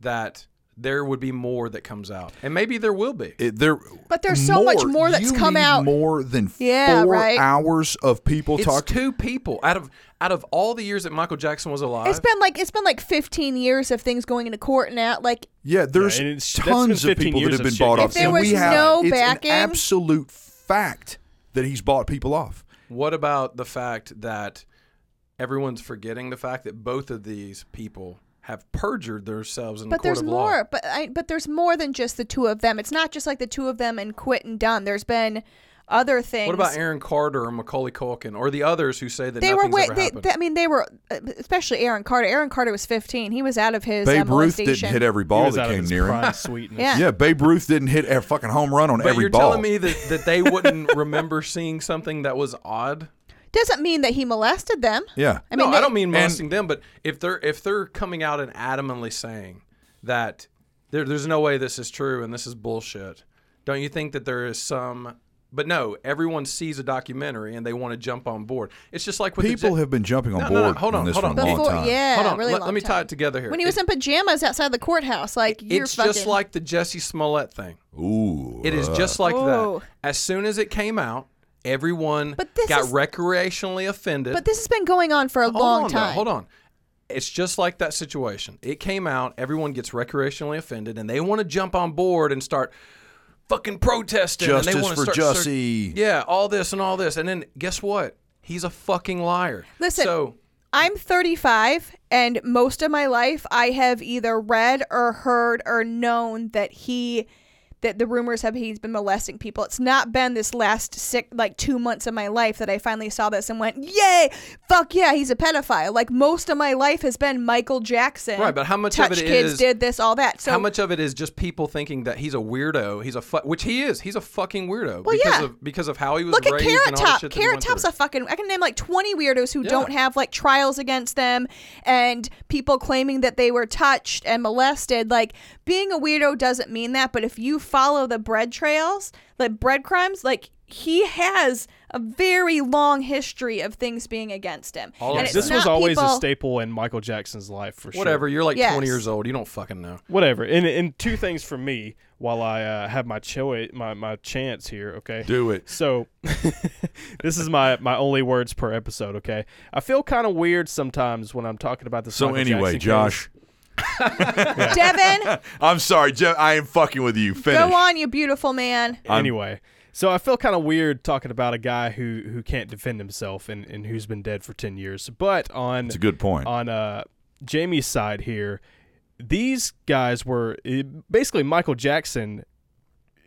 Speaker 2: that there would be more that comes out. And maybe there will be.
Speaker 1: It- there,
Speaker 3: But there's so much more that's
Speaker 1: you
Speaker 3: come
Speaker 1: need
Speaker 3: out.
Speaker 1: More than
Speaker 3: Yeah,
Speaker 1: four
Speaker 3: right.
Speaker 1: hours of people
Speaker 2: It's
Speaker 1: talking.
Speaker 2: two people out of out of all the years that Michael Jackson was alive.
Speaker 3: It's been like it's been like 15 years of things going into court and out. Like
Speaker 1: Yeah, there's
Speaker 4: Yeah, and it's- that's been
Speaker 1: tons of
Speaker 4: 15
Speaker 1: people that
Speaker 4: years
Speaker 1: have
Speaker 4: of
Speaker 1: been
Speaker 4: shit.
Speaker 1: bought
Speaker 4: If
Speaker 1: off.
Speaker 3: there
Speaker 1: and
Speaker 3: was
Speaker 1: we have,
Speaker 3: no
Speaker 1: it's
Speaker 3: backing-
Speaker 1: an absolute fact that he's bought people off.
Speaker 2: what about the fact that everyone's forgetting the fact that both of these people have perjured themselves in the
Speaker 3: but
Speaker 2: court
Speaker 3: there's
Speaker 2: of
Speaker 3: more.
Speaker 2: law?
Speaker 3: But I, but there's more than just the two of them. It's not just like the two of them and quit and done. There's been other things.
Speaker 2: What about Aaron Carter or Macaulay Culkin or the others who say that
Speaker 3: They were
Speaker 2: nothing's
Speaker 3: wait.
Speaker 2: ever
Speaker 3: They,
Speaker 2: happened?
Speaker 3: they- I mean, they were uh, especially Aaron Carter. Aaron Carter was 15. He was out of his uh,
Speaker 1: Babe Ruth
Speaker 3: molestation.
Speaker 1: didn't hit every
Speaker 4: He
Speaker 1: ball
Speaker 4: was
Speaker 1: that
Speaker 4: out of
Speaker 1: came
Speaker 4: his
Speaker 1: near him.
Speaker 4: prime sweetness.
Speaker 3: Yeah.
Speaker 1: Yeah, Babe Ruth didn't hit a fucking home run on
Speaker 2: but
Speaker 1: every
Speaker 2: you're
Speaker 1: ball.
Speaker 2: telling me that, that they wouldn't remember seeing something that was odd?
Speaker 3: Doesn't mean that he molested them.
Speaker 1: yeah,
Speaker 3: I mean,
Speaker 2: no,
Speaker 3: they-
Speaker 2: I don't mean molesting them, but if they're if they're coming out and adamantly saying that there, there's no way this is true and this is bullshit, don't you think that there is some? But no, everyone sees a documentary and they want to jump on board. It's just like with the
Speaker 1: people
Speaker 2: Ja-
Speaker 1: have been jumping on
Speaker 2: No, no,
Speaker 1: board
Speaker 2: no, hold on,
Speaker 1: this
Speaker 2: hold
Speaker 1: for
Speaker 2: on.
Speaker 1: a long
Speaker 3: before.
Speaker 1: time.
Speaker 3: Yeah,
Speaker 2: Hold on,
Speaker 3: really
Speaker 2: let,
Speaker 3: long
Speaker 2: let me tie
Speaker 3: time.
Speaker 2: it together here.
Speaker 3: When he was
Speaker 2: It-
Speaker 3: in pajamas outside the courthouse, like you're
Speaker 2: it's
Speaker 3: fucking.
Speaker 2: just like the Jesse Smollett thing.
Speaker 1: Ooh,
Speaker 2: It is
Speaker 1: uh,
Speaker 2: just like
Speaker 3: Oh.
Speaker 2: that. As soon as it came out, everyone
Speaker 3: But this
Speaker 2: got
Speaker 3: is-
Speaker 2: recreationally offended.
Speaker 3: But this has been going on for a
Speaker 2: Hold
Speaker 3: long
Speaker 2: on, though,
Speaker 3: time.
Speaker 2: hold on. It's just like that situation. It came out, everyone gets recreationally offended, and they want to jump on board and start fucking protesting. and
Speaker 1: Justice
Speaker 2: they want
Speaker 1: for
Speaker 2: to start,
Speaker 1: Jussie.
Speaker 2: yeah, all this and all this. And then guess what? He's a fucking liar.
Speaker 3: Listen,
Speaker 2: So,
Speaker 3: I'm 35, and most of my life I have either read or heard or known that he, that the rumors have he's been molesting people. It's not been this last six, like two months of my life that I finally saw this and went, yay, fuck yeah, he's a pedophile. Like most of my life has been Michael Jackson.
Speaker 2: Right, but how much of
Speaker 3: touched
Speaker 2: it
Speaker 3: kids
Speaker 2: is-
Speaker 3: did this, all that. So
Speaker 2: how much of it is just people thinking that he's a weirdo? He's a fu- which he is. He's a fucking weirdo
Speaker 3: Well,
Speaker 2: because
Speaker 3: yeah.
Speaker 2: of because of how he was
Speaker 3: Look at
Speaker 2: raised
Speaker 3: Carrot
Speaker 2: and all the
Speaker 3: Top.
Speaker 2: shit that he
Speaker 3: Carrot
Speaker 2: went
Speaker 3: Top's
Speaker 2: through.
Speaker 3: a fucking. I can name like 20 weirdos who
Speaker 2: Yeah.
Speaker 3: don't have like trials against them and people claiming that they were touched and molested. Like being a weirdo doesn't mean that, but if you follow the bread trails, the breadcrumbs, like he has a very long history of things being against him.
Speaker 2: All
Speaker 3: and
Speaker 2: I'm
Speaker 3: it's
Speaker 4: this was
Speaker 3: not
Speaker 4: always a
Speaker 3: people-
Speaker 4: staple in Michael Jackson's life for sure.
Speaker 2: Whatever. You're like 20
Speaker 3: Yes.
Speaker 2: years old. You don't fucking know.
Speaker 4: Whatever. And, and two things for me while I uh, have my, cho- my my chance here, okay?
Speaker 1: Do it.
Speaker 4: So, this is my my only words per episode. Okay, I feel kind of weird sometimes when I'm talking about this.
Speaker 1: So
Speaker 4: Michael
Speaker 1: anyway,
Speaker 4: Jackson case.
Speaker 1: Josh,
Speaker 3: Devin,
Speaker 1: I'm sorry, Jeff. I am fucking with you. Finish.
Speaker 3: go on, you beautiful man.
Speaker 1: I'm-
Speaker 4: Anyway, so I feel kind of weird talking about a guy who who can't defend himself and and who's been dead for ten years. But on
Speaker 1: It's a good point.
Speaker 4: on uh Jamie's side here, these guys were it- basically Michael Jackson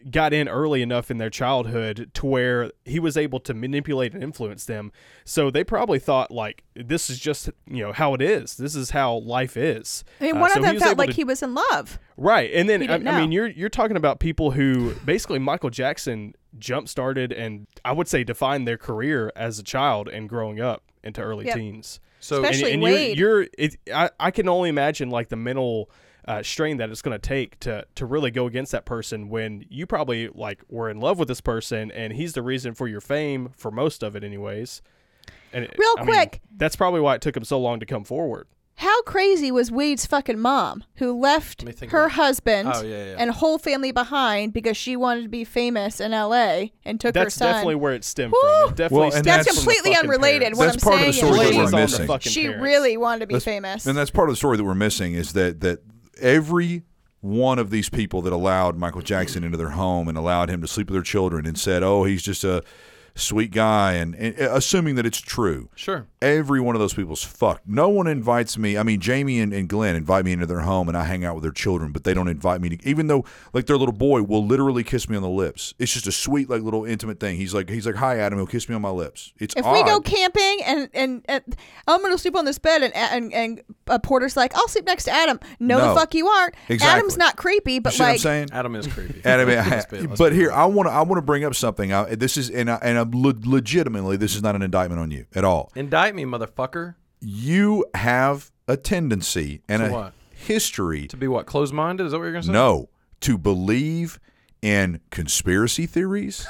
Speaker 4: got in early enough in their childhood to where he was able to manipulate and influence them. So they probably thought like this is just, you know, how it is. This is how life is.
Speaker 3: I mean,
Speaker 4: Uh,
Speaker 3: one
Speaker 4: so
Speaker 3: of them
Speaker 4: was
Speaker 3: felt
Speaker 4: able
Speaker 3: like
Speaker 4: to-
Speaker 3: he was in love.
Speaker 4: Right, and then
Speaker 3: He
Speaker 4: I,
Speaker 3: didn't
Speaker 4: I mean,
Speaker 3: know.
Speaker 4: you're you're talking about people who basically Michael Jackson jump started and I would say defined their career as a child and growing up into early
Speaker 3: Yep.
Speaker 4: teens.
Speaker 2: So
Speaker 4: And-
Speaker 3: Especially
Speaker 4: and,
Speaker 3: Wade.
Speaker 4: you're, you're it, I, I can only imagine like the mental uh, strain that it's going to take to to really go against that person when you probably like were in love with this person and he's the reason for your fame for most of it anyways. And it-
Speaker 3: Real
Speaker 4: I mean,
Speaker 3: quick.
Speaker 4: that's probably why it took him so long to come forward.
Speaker 3: How crazy was Wade's fucking mom, who left
Speaker 2: Let me think
Speaker 3: her
Speaker 2: about it.
Speaker 3: husband
Speaker 2: Oh, yeah, yeah.
Speaker 3: and whole family behind because she wanted to be famous in L.A. and took her
Speaker 4: That's
Speaker 3: son?
Speaker 4: definitely where it stemmed
Speaker 3: Woo!
Speaker 4: from. It definitely
Speaker 1: Well, and
Speaker 4: stemmed
Speaker 3: That's
Speaker 4: from the
Speaker 3: completely
Speaker 4: fucking
Speaker 3: unrelated.
Speaker 4: parents.
Speaker 3: What
Speaker 1: That's
Speaker 3: I'm
Speaker 1: part of the
Speaker 3: saying
Speaker 1: story
Speaker 3: is
Speaker 1: that
Speaker 4: Blames
Speaker 1: we're
Speaker 4: on the
Speaker 1: missing.
Speaker 4: fucking
Speaker 3: she
Speaker 4: parents.
Speaker 3: really wanted to be
Speaker 1: That's-
Speaker 3: famous.
Speaker 1: And that's part of the story that we're missing is that that every one of these people that allowed Michael Jackson into their home and allowed him to sleep with their children and said, "Oh, he's just a sweet guy," and, and uh, assuming that it's true,
Speaker 2: Sure.
Speaker 1: every one of those people's fucked. No one invites me. I mean, Jamie and, and Glenn invite me into their home and I hang out with their children, but they don't invite me to even though like their little boy will literally kiss me on the lips. It's just a sweet, like little intimate thing. He's like he's like, Hi Adam, he'll kiss me on my lips. It's
Speaker 3: If
Speaker 1: odd.
Speaker 3: we go camping and, and and I'm gonna sleep on this bed and and and uh, Porter's like I'll sleep next to Adam. No,
Speaker 1: No.
Speaker 3: the fuck you aren't.
Speaker 1: Exactly.
Speaker 3: Adam's not creepy,
Speaker 1: you
Speaker 3: but
Speaker 1: see what I'm
Speaker 3: like
Speaker 1: saying?
Speaker 2: Adam is creepy.
Speaker 1: And I mean,
Speaker 2: Let's be- let's
Speaker 1: but
Speaker 2: be
Speaker 1: here
Speaker 2: real.
Speaker 1: I want to I want to bring up something. I, this is and I, and I'm le- legitimately this is not an indictment on you at all.
Speaker 2: Indict me, motherfucker.
Speaker 1: You have a tendency and
Speaker 2: To
Speaker 1: a
Speaker 2: what?
Speaker 1: history
Speaker 2: To be what? Closed minded? Is that what you're going to say?
Speaker 1: no to believe in conspiracy theories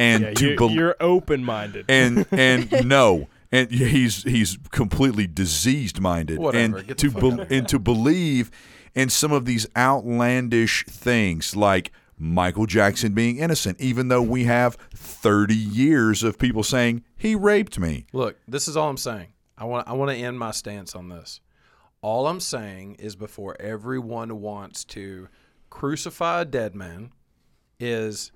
Speaker 1: and
Speaker 4: Yeah,
Speaker 1: to
Speaker 4: you,
Speaker 1: bel-
Speaker 4: you're open-minded.
Speaker 1: and and no and he's he's completely diseased minded
Speaker 2: Whatever,
Speaker 1: and
Speaker 2: get the
Speaker 1: to
Speaker 2: fuck
Speaker 1: bel-
Speaker 2: out of
Speaker 1: and to believe in some of these outlandish things like Michael Jackson being innocent even though we have 30 years of people saying he raped me
Speaker 2: Look, this is all I'm saying. I want I want to end my stance on this. All I'm saying is before everyone wants to crucify a dead man is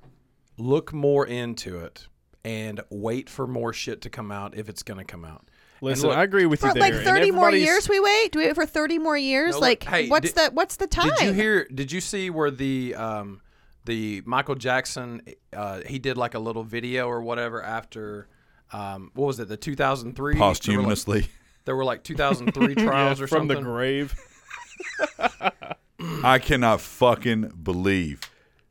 Speaker 2: look more into it and wait for more shit to come out if it's going to come out.
Speaker 4: Listen,
Speaker 2: look,
Speaker 4: I agree with
Speaker 3: for
Speaker 4: you there.
Speaker 3: like
Speaker 4: and
Speaker 3: 30 more
Speaker 4: everybody's-
Speaker 3: years we wait. Do we wait for 30 more years?
Speaker 2: No,
Speaker 3: like
Speaker 2: hey,
Speaker 3: what's
Speaker 2: di-
Speaker 3: the what's the time?
Speaker 2: Did you hear? Did you see where the um, the Michael Jackson uh, he did like a little video or whatever after um, what was it the 2003 There were, like-
Speaker 1: posthumously
Speaker 2: There were like 2003 trials or
Speaker 4: from
Speaker 2: something.
Speaker 4: the grave.
Speaker 1: I cannot fucking believe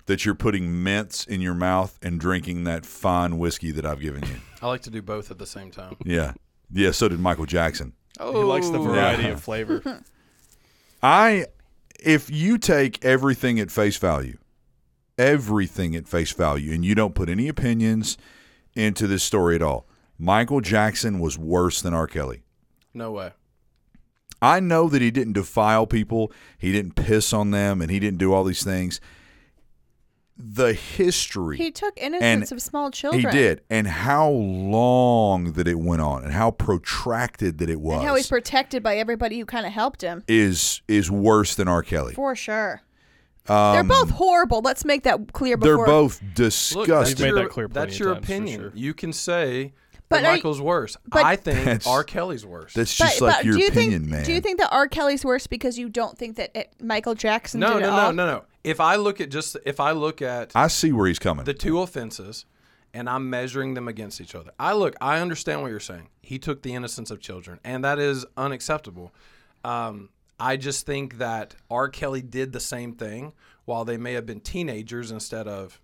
Speaker 1: that you're putting mints in your mouth and drinking that fine whiskey that I've given you
Speaker 2: I like to do both at the same time.
Speaker 1: yeah yeah so did Michael Jackson
Speaker 2: Oh,
Speaker 4: He likes the variety
Speaker 1: Yeah.
Speaker 4: of flavor.
Speaker 1: I, if you take everything at face value, everything at face value, and you don't put any opinions into this story at all, Michael Jackson was worse than R. Kelly.
Speaker 2: No way.
Speaker 1: I know that he didn't defile people, he didn't piss on them, and he didn't do all these things. The history
Speaker 3: He took innocence of small children.
Speaker 1: he did, and how long that it went on, and how protracted that it was,
Speaker 3: And how he's protected by everybody who kind of helped him.
Speaker 1: is is worse than R. Kelly.
Speaker 3: For sure.
Speaker 1: Um,
Speaker 3: They're both horrible. Let's make that clear before.
Speaker 1: they're both
Speaker 2: Look, that's
Speaker 1: disgusting.
Speaker 4: We've made
Speaker 2: your-
Speaker 4: that clear plenty
Speaker 2: That's
Speaker 4: of
Speaker 2: your
Speaker 4: times, for
Speaker 2: opinion.
Speaker 4: sure.
Speaker 2: You can say
Speaker 3: But
Speaker 2: that
Speaker 3: are you-
Speaker 2: Michael's worse.
Speaker 3: but-
Speaker 2: I think
Speaker 1: That's-
Speaker 2: R. Kelly's worse.
Speaker 1: That's
Speaker 3: But-
Speaker 1: just like
Speaker 3: but
Speaker 1: your
Speaker 3: do you
Speaker 1: opinion,
Speaker 3: think,
Speaker 1: man.
Speaker 3: Do you think that R. Kelly's worse because you don't think that it, Michael Jackson
Speaker 2: no,
Speaker 3: did it uh,
Speaker 2: no, no,
Speaker 3: all?
Speaker 2: no, no. If I look at just if I look at
Speaker 1: I see where he's coming.
Speaker 2: the two offenses and I'm measuring them against each other. I look, I understand what you're saying. He took the innocence of children, and that is unacceptable. Um, I just think that R. Kelly did the same thing while they may have been teenagers instead of,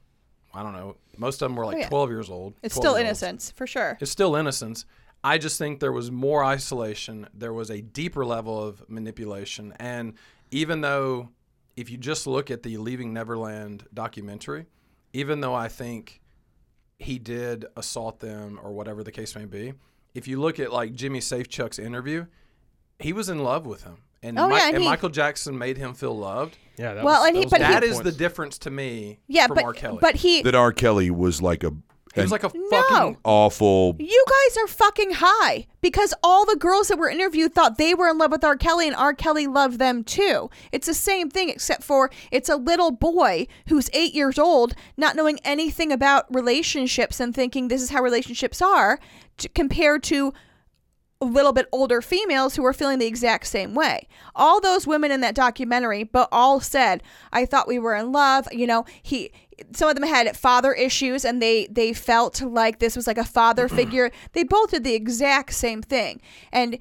Speaker 2: I don't know, most of them were like
Speaker 3: Oh, yeah.
Speaker 2: 12 years old.
Speaker 3: It's
Speaker 2: 12
Speaker 3: still
Speaker 2: years old.
Speaker 3: innocence, for sure.
Speaker 2: It's still innocence. I just think there was more isolation. There was a deeper level of manipulation. And even though, if you just look at the Leaving Neverland documentary, even though I think he did assault them or whatever the case may be. If you look at like Jimmy Safechuck's interview, he was in love with him, and,
Speaker 3: Oh,
Speaker 2: Mi-
Speaker 3: yeah, and
Speaker 2: and
Speaker 3: he-
Speaker 2: Michael Jackson made him feel loved.
Speaker 4: Yeah. That
Speaker 3: Well,
Speaker 4: was,
Speaker 3: and he-
Speaker 4: that was
Speaker 3: but
Speaker 4: one of
Speaker 2: That
Speaker 4: the
Speaker 2: is the
Speaker 4: points.
Speaker 2: difference to me.
Speaker 3: Yeah,
Speaker 2: from
Speaker 3: but
Speaker 2: R. Kelly.
Speaker 3: but he
Speaker 1: that R. Kelly was like a
Speaker 2: he was
Speaker 1: an
Speaker 2: like a fucking
Speaker 3: No.
Speaker 1: awful.
Speaker 3: You guys are fucking high because all the girls that were interviewed thought they were in love with R. Kelly and R. Kelly loved them too. It's the same thing, except for it's a little boy who's eight years old, not knowing anything about relationships and thinking this is how relationships are, t- compared to a little bit older females who were feeling the exact same way. All those women in that documentary, but all said, I thought we were in love. You know, he some of them had father issues and they they felt like this was like a father figure. They both did the exact same thing. And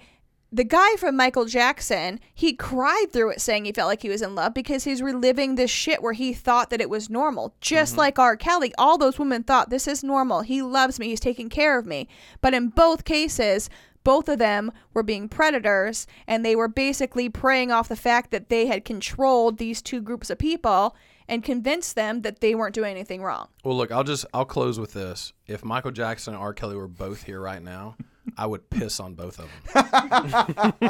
Speaker 3: the guy from Michael Jackson, he cried through it saying he felt like he was in love because he's reliving this shit where he thought that it was normal.
Speaker 1: Mm-hmm.
Speaker 3: Just like R. Kelly, all those women thought this is normal. He loves me. He's taking care of me. But in both cases, both of them were being predators and they were basically preying off the fact that they had controlled these two groups of people and convinced them that they weren't doing anything wrong.
Speaker 2: Well, look, I'll just I'll close with this. If Michael Jackson and R. Kelly were both here right now, I would piss on both of them.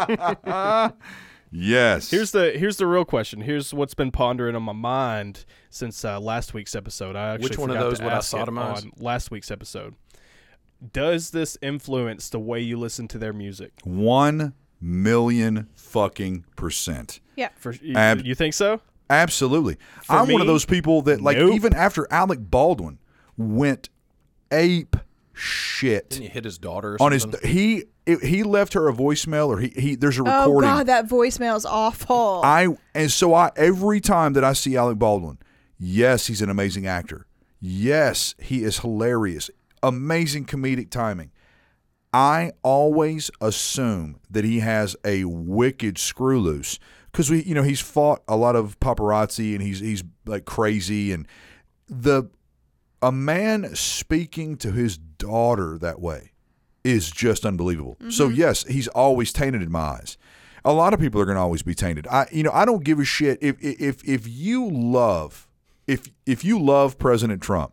Speaker 1: Yes.
Speaker 4: Here's the here's the real question. Here's what's been pondering on my mind since uh, last week's episode. I actually
Speaker 2: Which one of
Speaker 4: forgot
Speaker 2: those
Speaker 4: to
Speaker 2: would I
Speaker 4: ask it
Speaker 2: sodomize?
Speaker 4: on last week's episode. Does this influence the way you listen to their music?
Speaker 1: one million fucking percent.
Speaker 3: Yeah.
Speaker 4: For you,
Speaker 1: Ab-
Speaker 4: you think so?
Speaker 1: Absolutely. I'm one
Speaker 4: me,
Speaker 1: of those people that like
Speaker 4: nope.
Speaker 1: even after Alec Baldwin went ape shit
Speaker 2: Didn't he hit his daughter or
Speaker 1: on his
Speaker 2: something?
Speaker 1: he it, he left her a voicemail or he, he there's a
Speaker 3: Oh
Speaker 1: recording.
Speaker 3: god, that voicemail is awful.
Speaker 1: I and so I every time that I see Alec Baldwin, yes, he's an amazing actor. Yes, he is hilarious. Amazing comedic timing. I always assume that he has a wicked screw loose because we, you know, he's fought a lot of paparazzi and he's he's like crazy and the a man speaking to his daughter that way is just unbelievable. So yes, he's always tainted in my eyes. A lot of people are going to always be tainted. I you know, I don't give a shit if if if you love if if you love President Trump.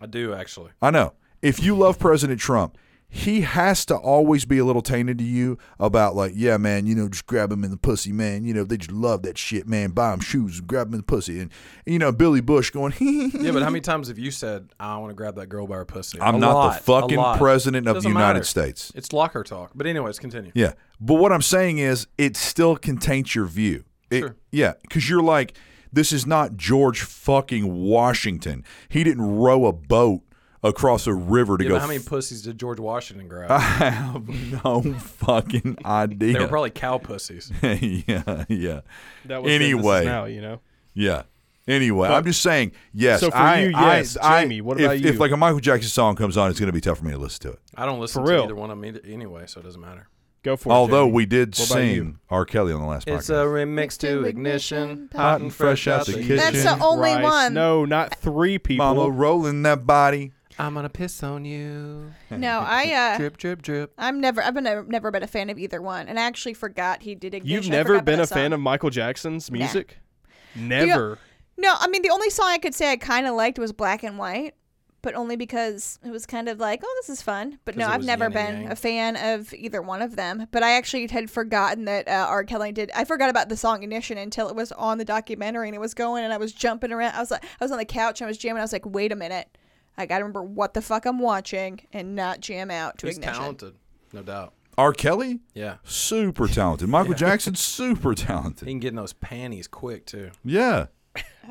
Speaker 2: I do actually.
Speaker 1: I know. If you love President Trump, he has to always be a little tainted to you about like, yeah, man, you know, just grab him in the pussy, man. You know, they just love that shit, man. Buy him shoes, grab him in the pussy, and you know, Billy Bush going,
Speaker 2: Yeah, but how many times have you said I want to grab that girl by her pussy?
Speaker 1: I'm
Speaker 2: A
Speaker 1: not
Speaker 2: lot,
Speaker 1: the
Speaker 2: a
Speaker 1: fucking
Speaker 2: lot.
Speaker 1: president of the
Speaker 2: Doesn't
Speaker 1: United
Speaker 2: matter.
Speaker 1: States.
Speaker 2: It's locker talk. But anyways, continue.
Speaker 1: Yeah. But what I'm saying is it still can taint your view. It,
Speaker 2: Sure.
Speaker 1: Yeah. Because you're like, this is not George fucking Washington. He didn't row a boat across a river to
Speaker 2: Yeah,
Speaker 1: go.
Speaker 2: but how many
Speaker 1: f-
Speaker 2: pussies did George Washington grab?
Speaker 1: I have no fucking idea.
Speaker 2: They were probably cow pussies.
Speaker 1: yeah. Yeah.
Speaker 4: That was then, this is
Speaker 1: Anyway.
Speaker 4: now you know.
Speaker 1: Yeah. Anyway, I'm just saying, yes.
Speaker 4: So for
Speaker 1: I,
Speaker 4: you,
Speaker 1: I-
Speaker 4: yes.
Speaker 1: I-
Speaker 4: Jamie, what
Speaker 1: if-
Speaker 4: about you?
Speaker 1: If like a Michael Jackson song comes on, it's going to be tough for me to listen to it.
Speaker 2: I don't listen
Speaker 4: For
Speaker 2: to
Speaker 4: real.
Speaker 2: either one of them either, anyway, so it doesn't matter.
Speaker 4: Go for it.
Speaker 1: Although
Speaker 4: Jamie.
Speaker 1: we did
Speaker 4: What about you? uh,
Speaker 1: sing R. Kelly on the last
Speaker 2: It's a
Speaker 1: podcast.
Speaker 2: remix to
Speaker 3: to
Speaker 2: ignition,
Speaker 3: Ignition,
Speaker 2: hot and fresh out the kitchen.
Speaker 3: That's the only
Speaker 4: Christ.
Speaker 3: one.
Speaker 4: No, not three people.
Speaker 1: Mama rolling that body.
Speaker 2: I'm gonna piss on you.
Speaker 3: No, I uh
Speaker 2: Drip, drip, drip.
Speaker 3: I'm never I've been never, never been a fan of either one and I actually forgot he did ignition.
Speaker 4: You've
Speaker 3: I
Speaker 4: never
Speaker 3: forgot
Speaker 4: been
Speaker 3: that
Speaker 4: a fan
Speaker 3: song.
Speaker 4: of Michael Jackson's music? Never.
Speaker 3: No, I mean the only song I could say I kind of liked was Black and White, but only because it was kind of like, oh, this is fun. But no,
Speaker 2: 'Cause it
Speaker 3: I've
Speaker 2: was
Speaker 3: never
Speaker 2: yin and
Speaker 3: been
Speaker 2: yang.
Speaker 3: a fan of either one of them. But I actually had forgotten that uh, R. Kelly did. I forgot about the song Ignition until it was on the documentary and it was going and I was jumping around. I was like, I was on the couch and I was jamming. I was like, wait a minute. I gotta remember what the fuck I'm watching and not jam out to
Speaker 2: He's
Speaker 3: ignition.
Speaker 2: talented, no doubt.
Speaker 1: R. Kelly?
Speaker 2: Yeah,
Speaker 1: super talented. Michael Jackson, super
Speaker 2: he
Speaker 1: talented.
Speaker 2: can get in those panties quick too.
Speaker 1: Yeah,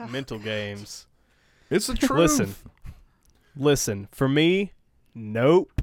Speaker 4: Mental games.
Speaker 1: it's the truth.
Speaker 4: Listen, listen. For me, nope.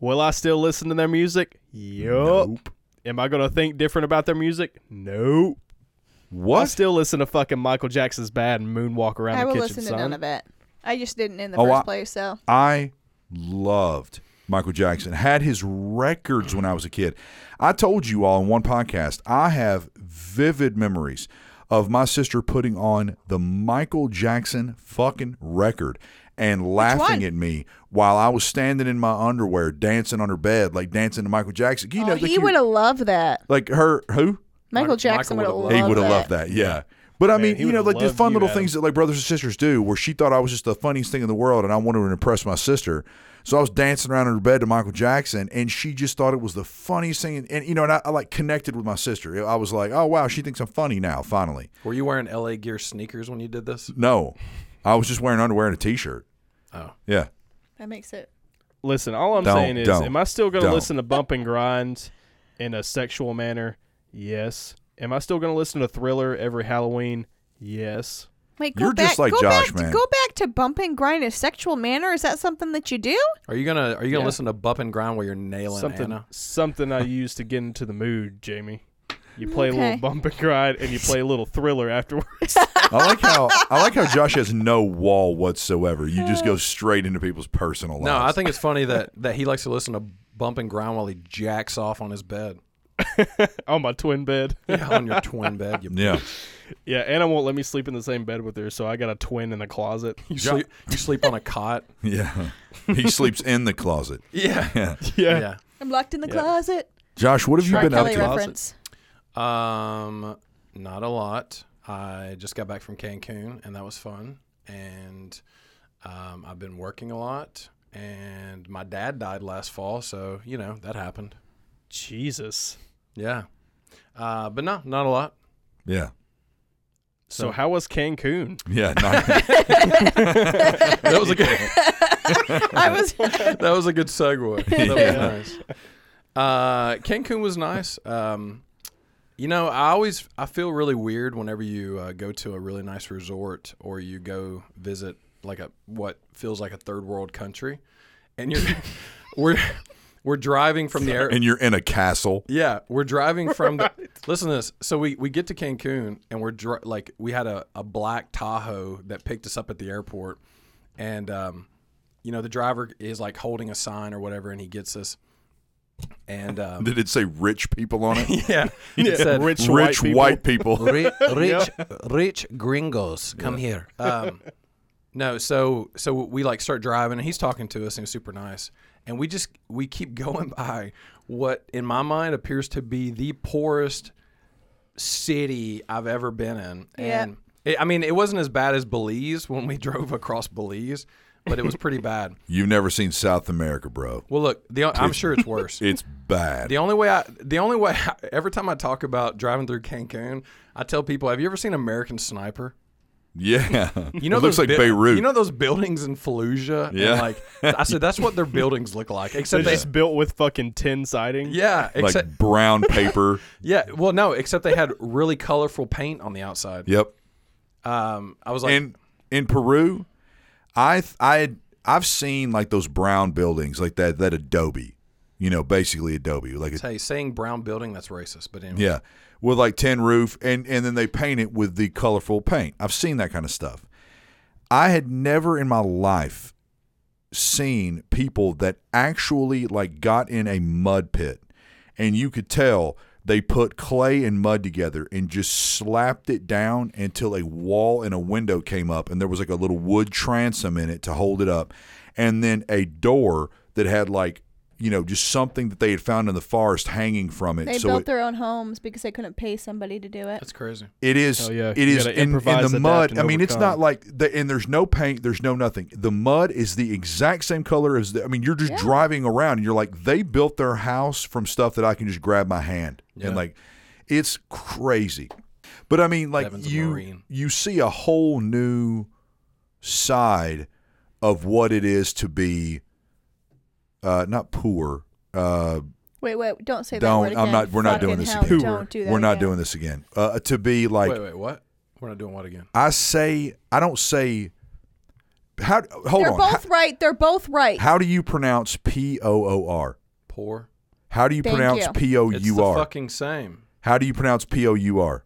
Speaker 4: Will I still listen to their music? Yup. Am I gonna think different about their music? Nope. I
Speaker 1: what?
Speaker 4: still listen to fucking Michael Jackson's "Bad" and moonwalk around
Speaker 3: I
Speaker 4: the
Speaker 3: will
Speaker 4: kitchen.
Speaker 3: listen to
Speaker 4: son.
Speaker 3: none of it. I just didn't in the
Speaker 1: Oh,
Speaker 3: first
Speaker 1: I-
Speaker 3: place. So
Speaker 1: I loved Michael Jackson. Had his records when I was a kid. I told you all in one podcast. I have vivid memories of my sister putting on the Michael Jackson fucking record and laughing
Speaker 3: one?
Speaker 1: at me while I was standing in my underwear dancing on her bed like dancing to Michael Jackson. You know
Speaker 3: Oh,
Speaker 1: the
Speaker 3: he
Speaker 1: cute-
Speaker 3: would have loved that.
Speaker 1: like her who
Speaker 3: Michael
Speaker 2: Michael
Speaker 3: Jackson would have
Speaker 2: would've
Speaker 3: loved
Speaker 2: loved
Speaker 1: he
Speaker 3: that.
Speaker 1: would have loved that. Yeah. But I
Speaker 4: Man,
Speaker 1: mean,
Speaker 4: he
Speaker 1: you
Speaker 4: would
Speaker 1: know,
Speaker 4: have
Speaker 1: like the
Speaker 4: loved
Speaker 1: fun
Speaker 4: you,
Speaker 1: little
Speaker 4: Adam.
Speaker 1: things that like brothers and sisters do, where she thought I was just the funniest thing in the world, and I wanted to impress my sister. So I was dancing around in her bed to Michael Jackson, and she just thought it was the funniest thing. And, you know, and I, I like connected with my sister. I was like, oh wow, she thinks I'm funny now. Finally,
Speaker 2: Were you wearing LA Gear sneakers when you did this?
Speaker 1: no, I was just wearing underwear and a t-shirt.
Speaker 2: Oh.
Speaker 1: Yeah,
Speaker 3: That makes it.
Speaker 4: Listen, all I'm
Speaker 1: Don't,
Speaker 4: saying is,
Speaker 1: don't,
Speaker 4: am I still going to
Speaker 1: don't.
Speaker 4: listen to Bump and Grind in a sexual manner? Yes. Am I still going to listen to Thriller every Halloween? Yes.
Speaker 3: Wait, go
Speaker 1: You're
Speaker 3: back.
Speaker 1: just like
Speaker 3: go
Speaker 1: Josh,
Speaker 3: back, to-
Speaker 1: man.
Speaker 3: Go back to bump and grind in a sexual manner. Is that something that you do?
Speaker 2: Are you gonna Are you gonna
Speaker 4: Yeah.
Speaker 2: listen to Bump and Grind while you're nailing
Speaker 4: something,
Speaker 2: Anna?
Speaker 4: something I use to get into the mood, Jamie. You play a
Speaker 3: Okay.
Speaker 4: little Bump and Grind, and you play a little Thriller afterwards.
Speaker 1: I like how I like how Josh has no wall whatsoever. You just go straight into people's personal lives.
Speaker 2: No, I think it's funny that that he likes to listen to Bump and Grind while he jacks off on his bed.
Speaker 4: on my twin bed.
Speaker 2: Yeah, on your twin bed. You,
Speaker 1: yeah.
Speaker 4: Yeah, Anna won't let me sleep in the same bed with her, so I got a twin in the closet.
Speaker 2: you sleep you sleep on a cot.
Speaker 1: Yeah. He sleeps in the closet.
Speaker 2: Yeah.
Speaker 1: Yeah.
Speaker 4: yeah.
Speaker 2: Yeah.
Speaker 3: I'm locked in the
Speaker 4: Yeah.
Speaker 3: closet.
Speaker 1: Josh, what have you
Speaker 3: R.
Speaker 1: been up
Speaker 3: Kelly
Speaker 1: to?
Speaker 3: reference.
Speaker 2: Um, not a lot. I just got back from Cancun, and that was fun. And um, I've been working a lot. And my dad died last fall, so you know that happened.
Speaker 4: Jesus.
Speaker 2: Yeah. Uh, but no, not a lot.
Speaker 1: Yeah.
Speaker 4: So,
Speaker 2: So-
Speaker 4: how was Cancun?
Speaker 1: Yeah. not-
Speaker 2: That was a good.
Speaker 3: I was.
Speaker 2: that was a good segue. That was
Speaker 1: Yeah.
Speaker 2: nice. Uh, Cancun was nice. Um, you know, I always I feel really weird whenever you uh, go to a really nice resort or you go visit like a what feels like a third world country, and you're we're we're driving from the air.
Speaker 1: and you're in a castle.
Speaker 2: Yeah, we're driving from the. Listen to this. So we, we get to Cancun and we're dri- like we had a, a black Tahoe that picked us up at the airport, and um, you know the driver is like holding a sign or whatever, and he gets us. And um,
Speaker 1: Did it say rich people on it?
Speaker 2: yeah, he said,
Speaker 4: Rich,
Speaker 1: rich
Speaker 4: white,
Speaker 1: white people.
Speaker 2: rich, rich, rich gringos, come here. Um, no, so so we like start driving, and he's talking to us, and he's super nice. And we just we keep going by what, in my mind, appears to be the poorest city I've ever been in.
Speaker 3: Yeah.
Speaker 2: And it, I mean, it wasn't as bad as Belize when we drove across Belize, but it was pretty bad.
Speaker 1: You've never seen South America, bro.
Speaker 2: Well, look, the, I'm sure it's worse.
Speaker 1: It's bad.
Speaker 2: The only way I, the only way, I, every time I talk about driving through Cancun, I tell people, have you ever seen American Sniper?
Speaker 1: yeah.
Speaker 2: You know,
Speaker 1: it looks
Speaker 2: those
Speaker 1: like
Speaker 2: bu-
Speaker 1: Beirut.
Speaker 2: You know those buildings in Fallujah? And,
Speaker 1: Yeah.
Speaker 2: like I said, that's what their buildings look like.
Speaker 4: They're
Speaker 2: Except they,
Speaker 4: just built with fucking tin siding.
Speaker 2: yeah,
Speaker 1: like
Speaker 2: except
Speaker 1: brown paper.
Speaker 2: yeah. Well, no, except they had really colorful paint on the outside.
Speaker 1: yep.
Speaker 2: Um, I was like,
Speaker 1: in in Peru, I th- I had- I've seen like those brown buildings, like that that Adobe, you know, basically Adobe, like a,
Speaker 2: hey, saying brown building that's racist, but anyway,
Speaker 1: yeah, with like tin roof, and and then they paint it with the colorful paint. I've seen that kind of stuff. I had never in my life seen people that actually like got in a mud pit and you could tell they put clay and mud together and just slapped it down until a wall and a window came up and there was like a little wood transom in it to hold it up and then a door that had like you know just something that they had found in the forest hanging from it
Speaker 3: They
Speaker 1: so
Speaker 3: built
Speaker 1: it,
Speaker 3: their own homes because they couldn't pay somebody to do it.
Speaker 2: that's crazy.
Speaker 1: it is.
Speaker 4: Oh, yeah.
Speaker 1: It
Speaker 4: You
Speaker 1: is
Speaker 4: gotta
Speaker 1: in, in
Speaker 4: improvise,
Speaker 1: the
Speaker 4: adapt,
Speaker 1: mud.
Speaker 4: and
Speaker 1: I mean, it's
Speaker 4: overcome.
Speaker 1: not like the and there's no paint. There's no nothing. The mud is the exact same color as the. I mean, you're just
Speaker 3: Yeah.
Speaker 1: driving around and you're like, they built their house from stuff that I can just grab my hand and
Speaker 2: Yeah.
Speaker 1: like, it's crazy. But I mean, like
Speaker 2: Devin's a
Speaker 1: you
Speaker 2: Marine.
Speaker 1: you see a whole new side of what it is to be, uh, not poor. Uh,
Speaker 3: Wait, wait, don't say
Speaker 1: Don't-
Speaker 3: that word again.
Speaker 1: I'm not- we're not doing
Speaker 3: Fucking
Speaker 1: this
Speaker 3: hell,
Speaker 1: again.
Speaker 3: Don't do that.
Speaker 1: we're not
Speaker 3: again.
Speaker 1: doing this again. Uh, to be like
Speaker 2: wait, wait, what? We're not doing what again?
Speaker 1: I say I don't say how hold
Speaker 3: They're
Speaker 1: on.
Speaker 3: both
Speaker 1: how,
Speaker 3: right. They're both right.
Speaker 1: how do you pronounce P O O R?
Speaker 2: Poor.
Speaker 1: How do you
Speaker 3: Thank
Speaker 1: pronounce
Speaker 3: you.
Speaker 1: P O
Speaker 2: it's
Speaker 1: U
Speaker 2: the
Speaker 1: R?
Speaker 2: fucking same.
Speaker 1: How do you pronounce P O U R?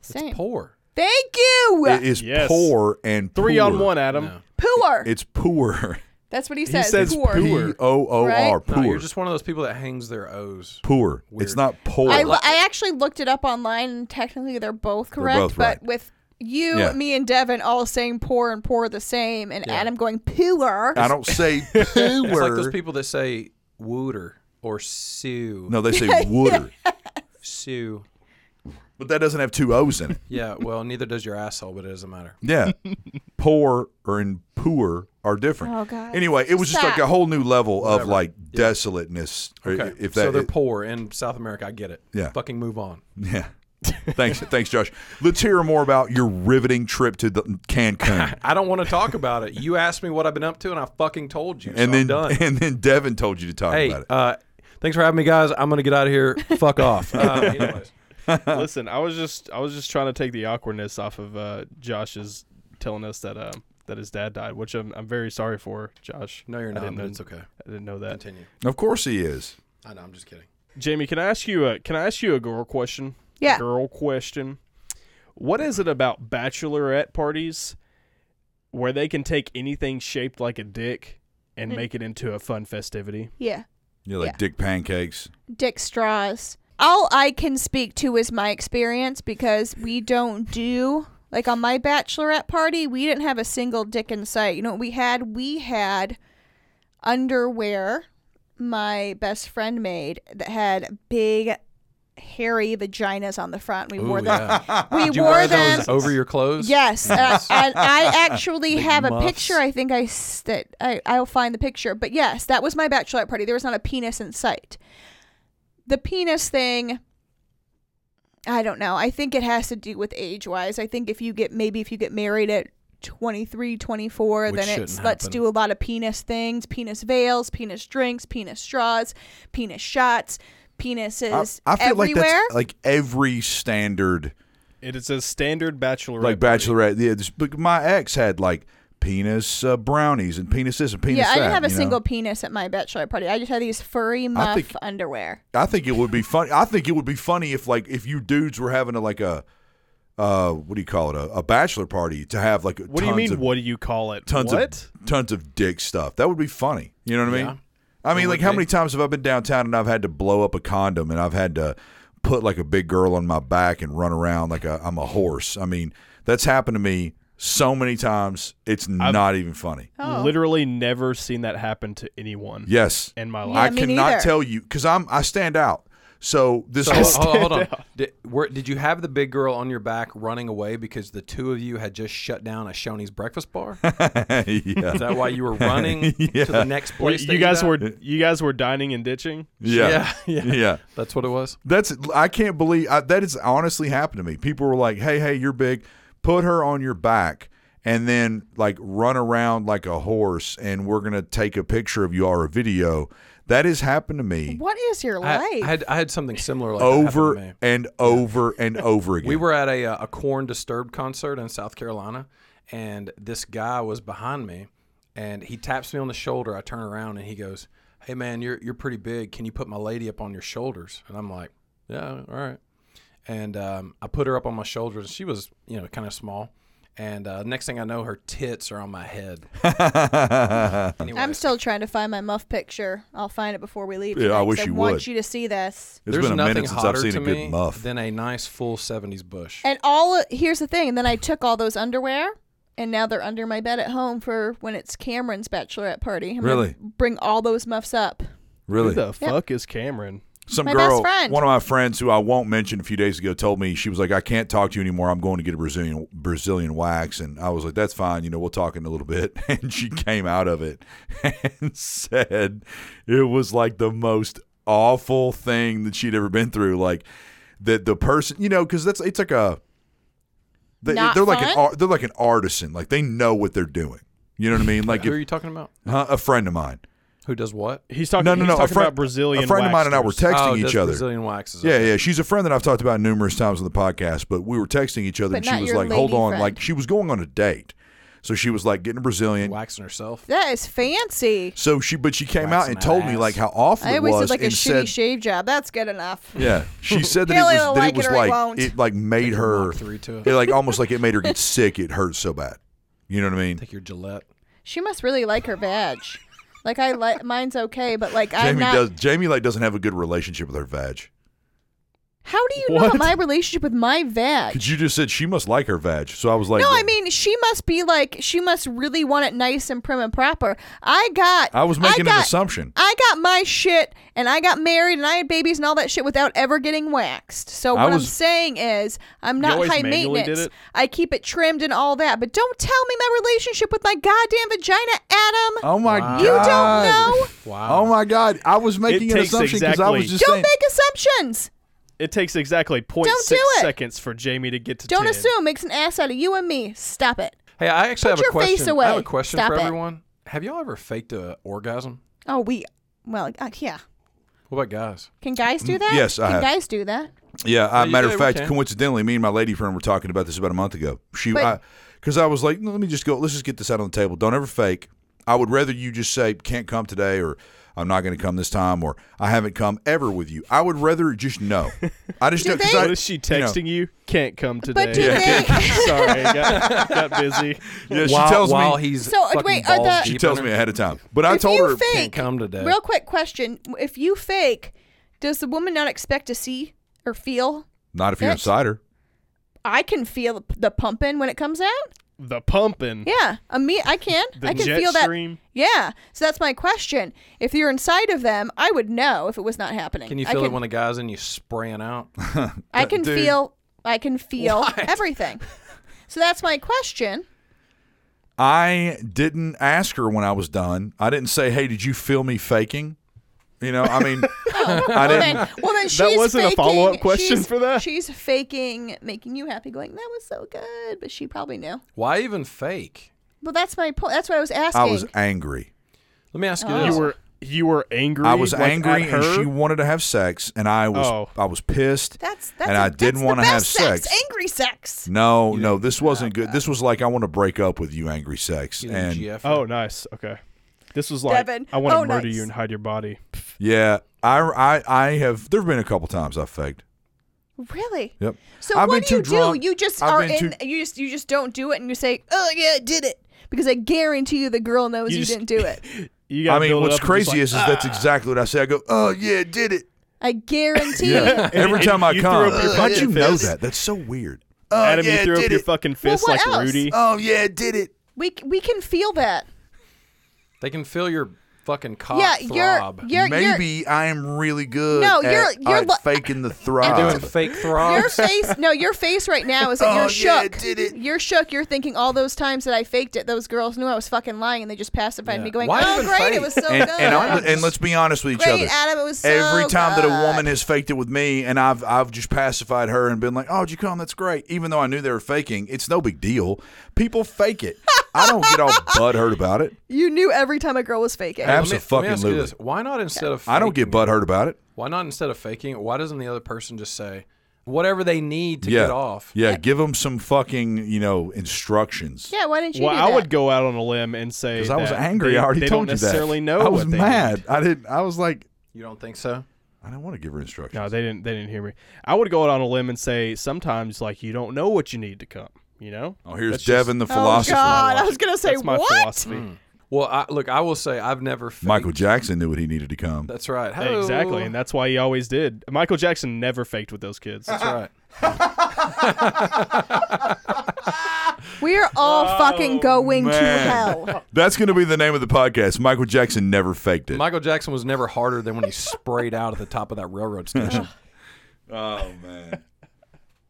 Speaker 3: Same.
Speaker 2: It's poor.
Speaker 3: Thank you.
Speaker 1: It is
Speaker 4: Yes.
Speaker 1: poor and
Speaker 4: Three on
Speaker 1: poor.
Speaker 4: one, Adam.
Speaker 2: No.
Speaker 3: Poor.
Speaker 1: It's poor.
Speaker 3: That's what he
Speaker 4: He
Speaker 3: says.
Speaker 4: says
Speaker 3: poor.
Speaker 1: P
Speaker 4: poor.
Speaker 1: O O R.
Speaker 3: Right?
Speaker 1: Poor.
Speaker 2: No, you're just one of those people that hangs their O's.
Speaker 1: poor.
Speaker 2: Weird.
Speaker 1: It's not poor.
Speaker 3: I,
Speaker 2: Like-
Speaker 3: I actually looked it up online, and technically they're both
Speaker 1: They're
Speaker 3: correct.
Speaker 1: both
Speaker 3: but
Speaker 1: right.
Speaker 3: with you,
Speaker 1: Yeah.
Speaker 3: me, and Devin all saying poor and poor the same, and
Speaker 2: Yeah.
Speaker 3: Adam going poor.
Speaker 1: I don't say poor.
Speaker 2: It's like those people that say wooter or sue.
Speaker 1: no, they say wooder.
Speaker 2: Sue.
Speaker 1: But that doesn't have two O's in it.
Speaker 2: Yeah, well, neither does your asshole, but it doesn't matter.
Speaker 1: Yeah. Poor or in poor are different.
Speaker 3: Oh, God.
Speaker 1: Anyway, it was just like
Speaker 3: Sad.
Speaker 1: a whole new level of
Speaker 2: Whatever.
Speaker 1: like desolateness. or
Speaker 2: Okay.
Speaker 1: If that,
Speaker 2: so they're poor in South America. I get it.
Speaker 1: Yeah.
Speaker 2: Fucking move on.
Speaker 1: yeah. Thanks, thanks, Josh. Let's hear more about your riveting trip to the Cancun,
Speaker 2: I don't want to talk about it. You asked me what I've been up to, and I fucking told you. so
Speaker 1: and then
Speaker 2: I'm done.
Speaker 1: and then Devin told you to talk
Speaker 2: hey,
Speaker 1: about it.
Speaker 2: uh, thanks for having me, guys. I'm gonna get out of here. Fuck off. Uh, anyways.
Speaker 4: Listen, I was just I was just trying to take the awkwardness off of uh, Josh's telling us that uh, that his dad died, which I'm, I'm very sorry for, Josh.
Speaker 2: No, you're
Speaker 4: I
Speaker 2: not.
Speaker 4: didn't
Speaker 2: But
Speaker 4: know-
Speaker 2: it's okay.
Speaker 4: I didn't know that.
Speaker 2: Continue.
Speaker 1: Of course he is.
Speaker 2: Um, uh, I know. I'm just kidding.
Speaker 4: Jamie, can I ask you a can I ask you a girl question?
Speaker 3: Yeah.
Speaker 4: Girl question. What is it about bachelorette parties where they can take anything shaped like a dick and
Speaker 3: Mm.
Speaker 4: make it into a fun festivity?
Speaker 3: Yeah.
Speaker 1: You're like
Speaker 3: Yeah.
Speaker 1: dick pancakes.
Speaker 3: dick straws. All I can speak to is my experience because we don't do like on my bachelorette party, we didn't have a single dick in sight. You know what we had? We had underwear my best friend made that had big hairy vaginas on the front. We wore
Speaker 2: Ooh,
Speaker 3: them.
Speaker 2: yeah.
Speaker 3: We
Speaker 2: Did you
Speaker 3: wore
Speaker 2: wear
Speaker 3: them.
Speaker 2: those over your clothes?
Speaker 3: Yes, uh, and I actually
Speaker 2: Big
Speaker 3: have a
Speaker 2: muffs.
Speaker 3: picture. I think I s- that I I'll find the picture. But yes, that was my bachelorette party. There was not a penis in sight. The penis thing. I don't know. I think it has to do with age wise. I think if you get maybe if you get married at 23, 24,
Speaker 2: Which
Speaker 3: then
Speaker 2: shouldn't
Speaker 3: it's let's
Speaker 2: happen.
Speaker 3: do a lot of penis things, penis veils, penis drinks, penis straws, penis shots, penises
Speaker 1: I, I feel
Speaker 3: everywhere.
Speaker 1: like that's like every standard
Speaker 4: It is a standard bachelorette.
Speaker 1: like
Speaker 4: party.
Speaker 1: bachelorette. Yeah, this, but my ex had like penis uh, brownies and penis this and penis
Speaker 3: yeah,
Speaker 1: that.
Speaker 3: I didn't have a
Speaker 1: you know?
Speaker 3: single penis at my bachelorette party. I just had these furry muff
Speaker 1: think-
Speaker 3: underwear.
Speaker 1: I think it would be funny. I think it would be funny if like if you dudes were having a, like a uh what do you call it a, a bachelor party to have like
Speaker 4: What do you mean? what do you call it?
Speaker 1: tons
Speaker 4: what?
Speaker 1: of tons of dick stuff that would be funny. You know what I mean?
Speaker 2: Yeah.
Speaker 1: I mean,
Speaker 2: It
Speaker 1: like
Speaker 2: would
Speaker 1: how
Speaker 2: be.
Speaker 1: many times have I been downtown and I've had to blow up a condom and I've had to put like a big girl on my back and run around like a, I'm a horse. I mean, that's happened to me so many times. It's not even funny.
Speaker 3: Oh.
Speaker 4: Literally never seen that happen to anyone
Speaker 1: Yes,
Speaker 4: in my
Speaker 3: Yeah,
Speaker 1: I
Speaker 4: life.
Speaker 3: me
Speaker 1: cannot
Speaker 3: neither.
Speaker 1: tell you because I'm I stand out. So this
Speaker 2: So
Speaker 1: whole-
Speaker 2: hold, hold on. Did, were, did you have the big girl on your back running away because the two of you had just shut down a Shoney's breakfast bar? Is
Speaker 4: uh,
Speaker 1: yeah.
Speaker 2: that why you were running to the next
Speaker 4: Wait,
Speaker 2: place? that
Speaker 4: you guys
Speaker 2: at?
Speaker 4: were you guys were dining and ditching.
Speaker 1: Yeah.
Speaker 2: Yeah, yeah.
Speaker 1: Yeah.
Speaker 2: That's what it was.
Speaker 1: That's I can't believe I, that has honestly happened to me. People were like, "Hey, hey, you're big. Put her on your back and then like run around like a horse and we're going to take a picture of you or a video." That has happened to me
Speaker 3: What is your
Speaker 2: I,
Speaker 3: life?
Speaker 2: I had I had something similar like that happen to me.
Speaker 1: over and over and over again.
Speaker 2: We were at a, uh, a Corn Disturbed concert in South Carolina, and this guy was behind me, and he taps me on the shoulder. I turn around and he goes, "Hey man, you're you're pretty big. Can you put my lady up on your shoulders?" And I'm like, "Yeah, all right." And um, I put her up on my shoulders, and she was you know kind of small. And uh, next thing I know, her tits are on my head. Anyway,
Speaker 3: am still trying to find my muff picture. I'll find it before we leave.
Speaker 1: Yeah, I
Speaker 3: tonight 'cause
Speaker 1: wish
Speaker 3: I
Speaker 1: you
Speaker 3: want
Speaker 1: would.
Speaker 3: you to see this.
Speaker 1: It's
Speaker 2: there's
Speaker 1: been a
Speaker 2: nothing
Speaker 1: minute since I've
Speaker 2: hotter
Speaker 1: seen
Speaker 2: to
Speaker 1: a good
Speaker 2: me
Speaker 1: muff.
Speaker 2: than a nice full '70s bush.
Speaker 3: And all here's the thing. And then I took all those underwear, and now they're under my bed at home for when it's Cameron's bachelorette party. I'm gonna
Speaker 1: Really?
Speaker 3: Bring all those muffs up.
Speaker 1: really?
Speaker 4: Who the fuck is Cameron?
Speaker 1: Some
Speaker 3: My best
Speaker 1: girl,
Speaker 3: friend.
Speaker 1: one of my friends who I won't mention a few days ago, told me she was like, "I can't talk to you anymore. I'm going to get a Brazilian Brazilian wax." And I was like, "That's fine. You know, we'll talk in a little bit." And she came out of it and said it was like the most awful thing that she'd ever been through. Like that the person, you know, because that's it's like a they,
Speaker 3: Not
Speaker 1: they're like an
Speaker 3: fun?
Speaker 1: ar- they're like an artisan. Like they know what they're doing. You know what I mean? Like
Speaker 2: Who are
Speaker 1: if,
Speaker 2: you talking about?
Speaker 1: huh, a friend of mine.
Speaker 2: Who does what?
Speaker 4: He's talking.
Speaker 1: No, no,
Speaker 4: he's
Speaker 1: no, a
Speaker 4: Talking
Speaker 1: friend-
Speaker 4: about Brazilian.
Speaker 1: a friend of mine and I were
Speaker 4: waxers.
Speaker 1: texting
Speaker 2: oh,
Speaker 1: each
Speaker 2: does
Speaker 1: other.
Speaker 2: Brazilian waxes.
Speaker 1: Yeah,
Speaker 2: okay.
Speaker 1: yeah. She's a friend that I've talked about numerous times on the podcast, but we were texting each other
Speaker 3: But
Speaker 1: and she
Speaker 3: not
Speaker 1: was
Speaker 3: your
Speaker 1: like, hold
Speaker 3: lady
Speaker 1: on.
Speaker 3: friend.
Speaker 1: Like, she was going on a date. So she was like getting a Brazilian.
Speaker 2: waxing herself.
Speaker 3: That is fancy.
Speaker 1: So she, but she came out
Speaker 2: Waxing
Speaker 1: and
Speaker 2: that
Speaker 1: told me
Speaker 2: ass.
Speaker 1: like how awful
Speaker 3: I
Speaker 1: it
Speaker 3: always
Speaker 1: was
Speaker 3: did like a
Speaker 1: and
Speaker 3: shitty
Speaker 1: said,
Speaker 3: shave job. That's good enough.
Speaker 1: yeah, she said that it
Speaker 3: He'll
Speaker 1: was,
Speaker 3: either
Speaker 1: that
Speaker 3: like
Speaker 1: it was
Speaker 3: it or he
Speaker 1: like,
Speaker 3: won't.
Speaker 1: it like made her,
Speaker 2: Walk through to it.
Speaker 1: it like almost like it made her get sick. It hurt so bad. You know what I mean?
Speaker 2: Take your Gillette.
Speaker 3: She must really like her vag. like I like mine's okay, but like I'm
Speaker 1: Jamie
Speaker 3: not.
Speaker 1: does, Jamie like doesn't have a good relationship with her vag.
Speaker 3: How do you know
Speaker 4: What?
Speaker 3: about my relationship with my vag?
Speaker 1: Because you just said she must like her vag. So I was like,
Speaker 3: Uh, No, I mean she must be like she must really want it nice and prim and proper. I got
Speaker 1: I was making an
Speaker 3: got-
Speaker 1: assumption.
Speaker 3: I got my shit and I got married and I had babies and all that shit without ever getting waxed. So
Speaker 1: I
Speaker 3: what I'm
Speaker 1: was-
Speaker 3: saying is I'm not
Speaker 4: always
Speaker 3: high
Speaker 4: manually did
Speaker 3: maintenance.
Speaker 4: it?
Speaker 3: I keep it trimmed and all that, but don't tell me my relationship with my goddamn vagina, Adam.
Speaker 1: Oh my
Speaker 2: Wow.
Speaker 1: god!
Speaker 3: You don't know.
Speaker 2: Wow.
Speaker 1: Oh my god! I was making an
Speaker 4: takes
Speaker 1: assumption because I was
Speaker 4: exactly-
Speaker 1: just
Speaker 3: Don't
Speaker 1: saying.
Speaker 3: make assumptions.
Speaker 4: It takes exactly 0.6
Speaker 3: do it.
Speaker 4: seconds for Jamie to get to
Speaker 3: Don't
Speaker 4: 10.
Speaker 3: assume. Makes an ass out of you and me. Stop it.
Speaker 2: Hey, I actually have
Speaker 3: Put
Speaker 2: a
Speaker 3: your face
Speaker 2: question. I have
Speaker 3: away.
Speaker 2: a question
Speaker 3: Stop
Speaker 2: for
Speaker 3: it.
Speaker 2: everyone. Have y'all ever faked a orgasm?
Speaker 3: Oh, we. Well, uh, yeah.
Speaker 2: What about guys?
Speaker 3: Can guys
Speaker 4: Mm,
Speaker 3: do that?
Speaker 1: yes, I
Speaker 3: Can
Speaker 1: have.
Speaker 3: guys do that?
Speaker 1: Yeah, I,
Speaker 2: you
Speaker 1: matter
Speaker 2: say
Speaker 1: of
Speaker 2: we
Speaker 1: fact,
Speaker 2: can.
Speaker 1: coincidentally, me and my lady friend were talking about this about a month ago. She,
Speaker 3: But-
Speaker 1: because I, was like, "No, let me just go. Let's just get this out on the table. Don't ever fake. I would rather you just say can't come today, or I'm not going to come this time, or I haven't come ever with you. I would rather just know. I just
Speaker 3: Do
Speaker 1: know 'cause
Speaker 3: they-
Speaker 1: I-
Speaker 4: What is she
Speaker 1: you know,
Speaker 4: texting you? Can't come today.
Speaker 3: But do they?
Speaker 4: Sorry, got, got busy.
Speaker 1: yeah, she
Speaker 2: while,
Speaker 1: tells
Speaker 2: while
Speaker 1: me.
Speaker 2: he's
Speaker 3: So,
Speaker 2: fucking
Speaker 3: wait, are
Speaker 2: balls
Speaker 3: the-
Speaker 2: deep
Speaker 1: she
Speaker 2: in
Speaker 1: tells
Speaker 2: her.
Speaker 1: me ahead of time, but I
Speaker 3: if
Speaker 1: told
Speaker 3: you
Speaker 1: her.
Speaker 3: fake,
Speaker 2: Can't come today.
Speaker 3: Real quick question: If you fake, does the woman not expect to see or feel?
Speaker 1: Not if you're
Speaker 3: it.
Speaker 1: inside her.
Speaker 3: I can feel the pumping when it comes out.
Speaker 4: The pumping.
Speaker 3: Yeah, a me, I can.
Speaker 4: The
Speaker 3: I can
Speaker 4: jet
Speaker 3: feel that.
Speaker 4: stream.
Speaker 3: Yeah. So that's my question. If you're inside of them, I would know if it was not happening.
Speaker 2: Can you
Speaker 3: I
Speaker 2: feel
Speaker 3: can,
Speaker 2: it when the guy's in you spraying out?
Speaker 3: I can
Speaker 1: Dude.
Speaker 3: feel. I can feel
Speaker 2: What?
Speaker 3: everything. So that's my question.
Speaker 1: I didn't ask her when I was done. I didn't say, "Hey, did you feel me faking?" You know, I mean, I
Speaker 3: Well
Speaker 1: didn't.
Speaker 3: then, well then she's
Speaker 4: wasn't a
Speaker 3: faking-
Speaker 4: follow-up question
Speaker 3: she's-
Speaker 4: for that?
Speaker 3: She's faking making you happy, going, "That was so good," but she probably knew.
Speaker 2: Why even fake?
Speaker 3: Well, that's my point. That's what I was asking.
Speaker 1: I was angry.
Speaker 2: Let me
Speaker 3: Oh.
Speaker 2: ask you
Speaker 4: You
Speaker 2: this.
Speaker 4: were you were angry.
Speaker 1: I was
Speaker 4: like,
Speaker 1: angry,
Speaker 4: at
Speaker 1: and
Speaker 4: her?
Speaker 1: she wanted to have sex, and I was
Speaker 4: Oh.
Speaker 1: I was pissed.
Speaker 3: That's that's
Speaker 1: and
Speaker 3: I
Speaker 1: I didn't want to have sex.
Speaker 3: Angry sex.
Speaker 1: No, no, this wasn't good. This was like I want to break up with you, angry sex,
Speaker 2: You
Speaker 1: and
Speaker 2: GF
Speaker 4: Oh, nice. Okay. This was like
Speaker 3: Devin.
Speaker 4: I want to
Speaker 3: Oh,
Speaker 4: murder
Speaker 3: nice.
Speaker 4: you and hide your body.
Speaker 1: yeah, I I I have. There've been a couple times I've faked.
Speaker 3: Really?
Speaker 1: Yep.
Speaker 3: So
Speaker 1: I've
Speaker 3: what
Speaker 1: been
Speaker 3: do you
Speaker 1: too drunk.
Speaker 3: do? You just
Speaker 1: I've
Speaker 3: are
Speaker 1: been
Speaker 3: in. You just you just don't do it, and you say, "Oh yeah, I did it," because I guarantee you the girl knows
Speaker 4: You
Speaker 3: you,
Speaker 4: just-
Speaker 3: didn't do it.
Speaker 4: You got.
Speaker 1: I mean, what's crazy is, is
Speaker 4: "Ah."
Speaker 1: that's exactly what I say. I go, oh yeah, did it.
Speaker 3: I guarantee.
Speaker 1: Yeah.
Speaker 3: it.
Speaker 1: Every
Speaker 4: and
Speaker 1: time I
Speaker 4: you threw
Speaker 1: come,
Speaker 4: up your
Speaker 1: how'd you
Speaker 4: fucking
Speaker 1: know
Speaker 4: fist.
Speaker 1: that? That's so weird. Oh
Speaker 4: Adam,
Speaker 1: yeah,
Speaker 4: you threw
Speaker 1: did
Speaker 4: up your
Speaker 1: it.
Speaker 4: fucking fist
Speaker 3: what
Speaker 4: like
Speaker 3: else?
Speaker 4: Rudy.
Speaker 1: oh yeah, did it.
Speaker 3: We c- we can feel that.
Speaker 2: They can feel your fucking cock
Speaker 3: yeah,
Speaker 2: throb.
Speaker 3: you're you're
Speaker 1: Ah, Maybe I am really good.
Speaker 3: No,
Speaker 1: at-
Speaker 3: you're- you're
Speaker 1: at
Speaker 3: lo-
Speaker 1: faking the
Speaker 2: You're
Speaker 1: throb.
Speaker 2: doing fake
Speaker 3: your your
Speaker 2: throbs.
Speaker 3: face. No, your face right now is that
Speaker 1: Oh,
Speaker 3: you're
Speaker 1: yeah,
Speaker 3: shook.
Speaker 1: did it.
Speaker 3: You're shook. You're thinking all those times that I faked it. Those girls knew I was fucking lying, and they just pacified
Speaker 2: Yeah.
Speaker 3: me, going,
Speaker 2: Why
Speaker 3: "Oh,
Speaker 2: even
Speaker 3: great,
Speaker 2: fake?
Speaker 3: it was so
Speaker 1: and,
Speaker 3: good."
Speaker 1: and, I'm- and let's be honest with each
Speaker 3: Great,
Speaker 1: other.
Speaker 3: Adam, it was so
Speaker 1: Every time that a
Speaker 3: good.
Speaker 1: woman has faked it with me, and I've I've just pacified her and been like, "Oh, did you come? That's great." Even though I knew they were faking, it's no big deal. People fake it. I don't get all butthurt about it.
Speaker 3: you knew every time a girl was faking.
Speaker 1: Ab-
Speaker 2: Let me- let me ask you
Speaker 1: Abso-fucking-lutely.
Speaker 2: this. Why not instead of
Speaker 1: I don't get
Speaker 2: faking it?
Speaker 1: butthurt about it.
Speaker 2: Why not instead of faking it? Why doesn't the other person just say whatever they need to
Speaker 1: yeah,
Speaker 2: get off?
Speaker 1: yeah. Give them some fucking you know instructions.
Speaker 3: yeah, why didn't you
Speaker 4: Well,
Speaker 3: do that?
Speaker 4: I would go out on a limb and say
Speaker 1: Because I was
Speaker 4: that
Speaker 1: angry.
Speaker 4: They,
Speaker 1: I already
Speaker 4: they
Speaker 1: told
Speaker 4: don't
Speaker 1: you that.
Speaker 4: necessarily know.
Speaker 1: I was
Speaker 4: what they
Speaker 1: mad.
Speaker 4: need.
Speaker 1: I didn't. I was like,
Speaker 2: You don't think so?
Speaker 1: I don't want to give her instructions.
Speaker 4: No, they didn't. They didn't hear me. I would go out on a limb and say sometimes like you don't know what you need to come. You know.
Speaker 1: oh, here's
Speaker 4: That's just-
Speaker 1: Devin, the
Speaker 3: Oh
Speaker 1: philosopher.
Speaker 3: God! I was gonna say
Speaker 4: That's my
Speaker 3: what?
Speaker 4: philosophy.
Speaker 2: Well, I, look, I will say I've never faked.
Speaker 1: Michael Jackson knew what he needed to come.
Speaker 2: That's right. Hello.
Speaker 4: Exactly, and that's why he always did. Michael Jackson never faked with those kids.
Speaker 2: That's right.
Speaker 3: We are all fucking going to
Speaker 1: Oh, man.
Speaker 3: hell.
Speaker 1: That's going to be the name of the podcast. Michael Jackson never faked it.
Speaker 2: Michael Jackson was never harder than when he sprayed out at the top of that railroad station.
Speaker 1: Oh man,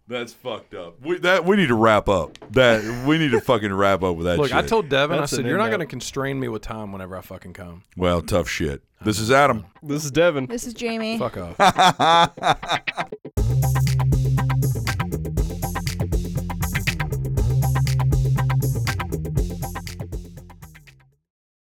Speaker 1: that's fucked up. We that we need to wrap up. That we need to fucking wrap up with that.
Speaker 2: Look,
Speaker 1: shit.
Speaker 2: I told Devin,
Speaker 4: That's
Speaker 2: I said,
Speaker 4: an
Speaker 2: you're not
Speaker 4: end
Speaker 2: going to
Speaker 4: up.
Speaker 2: constrain me with time whenever I fucking come.
Speaker 1: Well, tough shit. This is Adam.
Speaker 4: This is Devin.
Speaker 3: This is Jamie.
Speaker 2: Fuck off.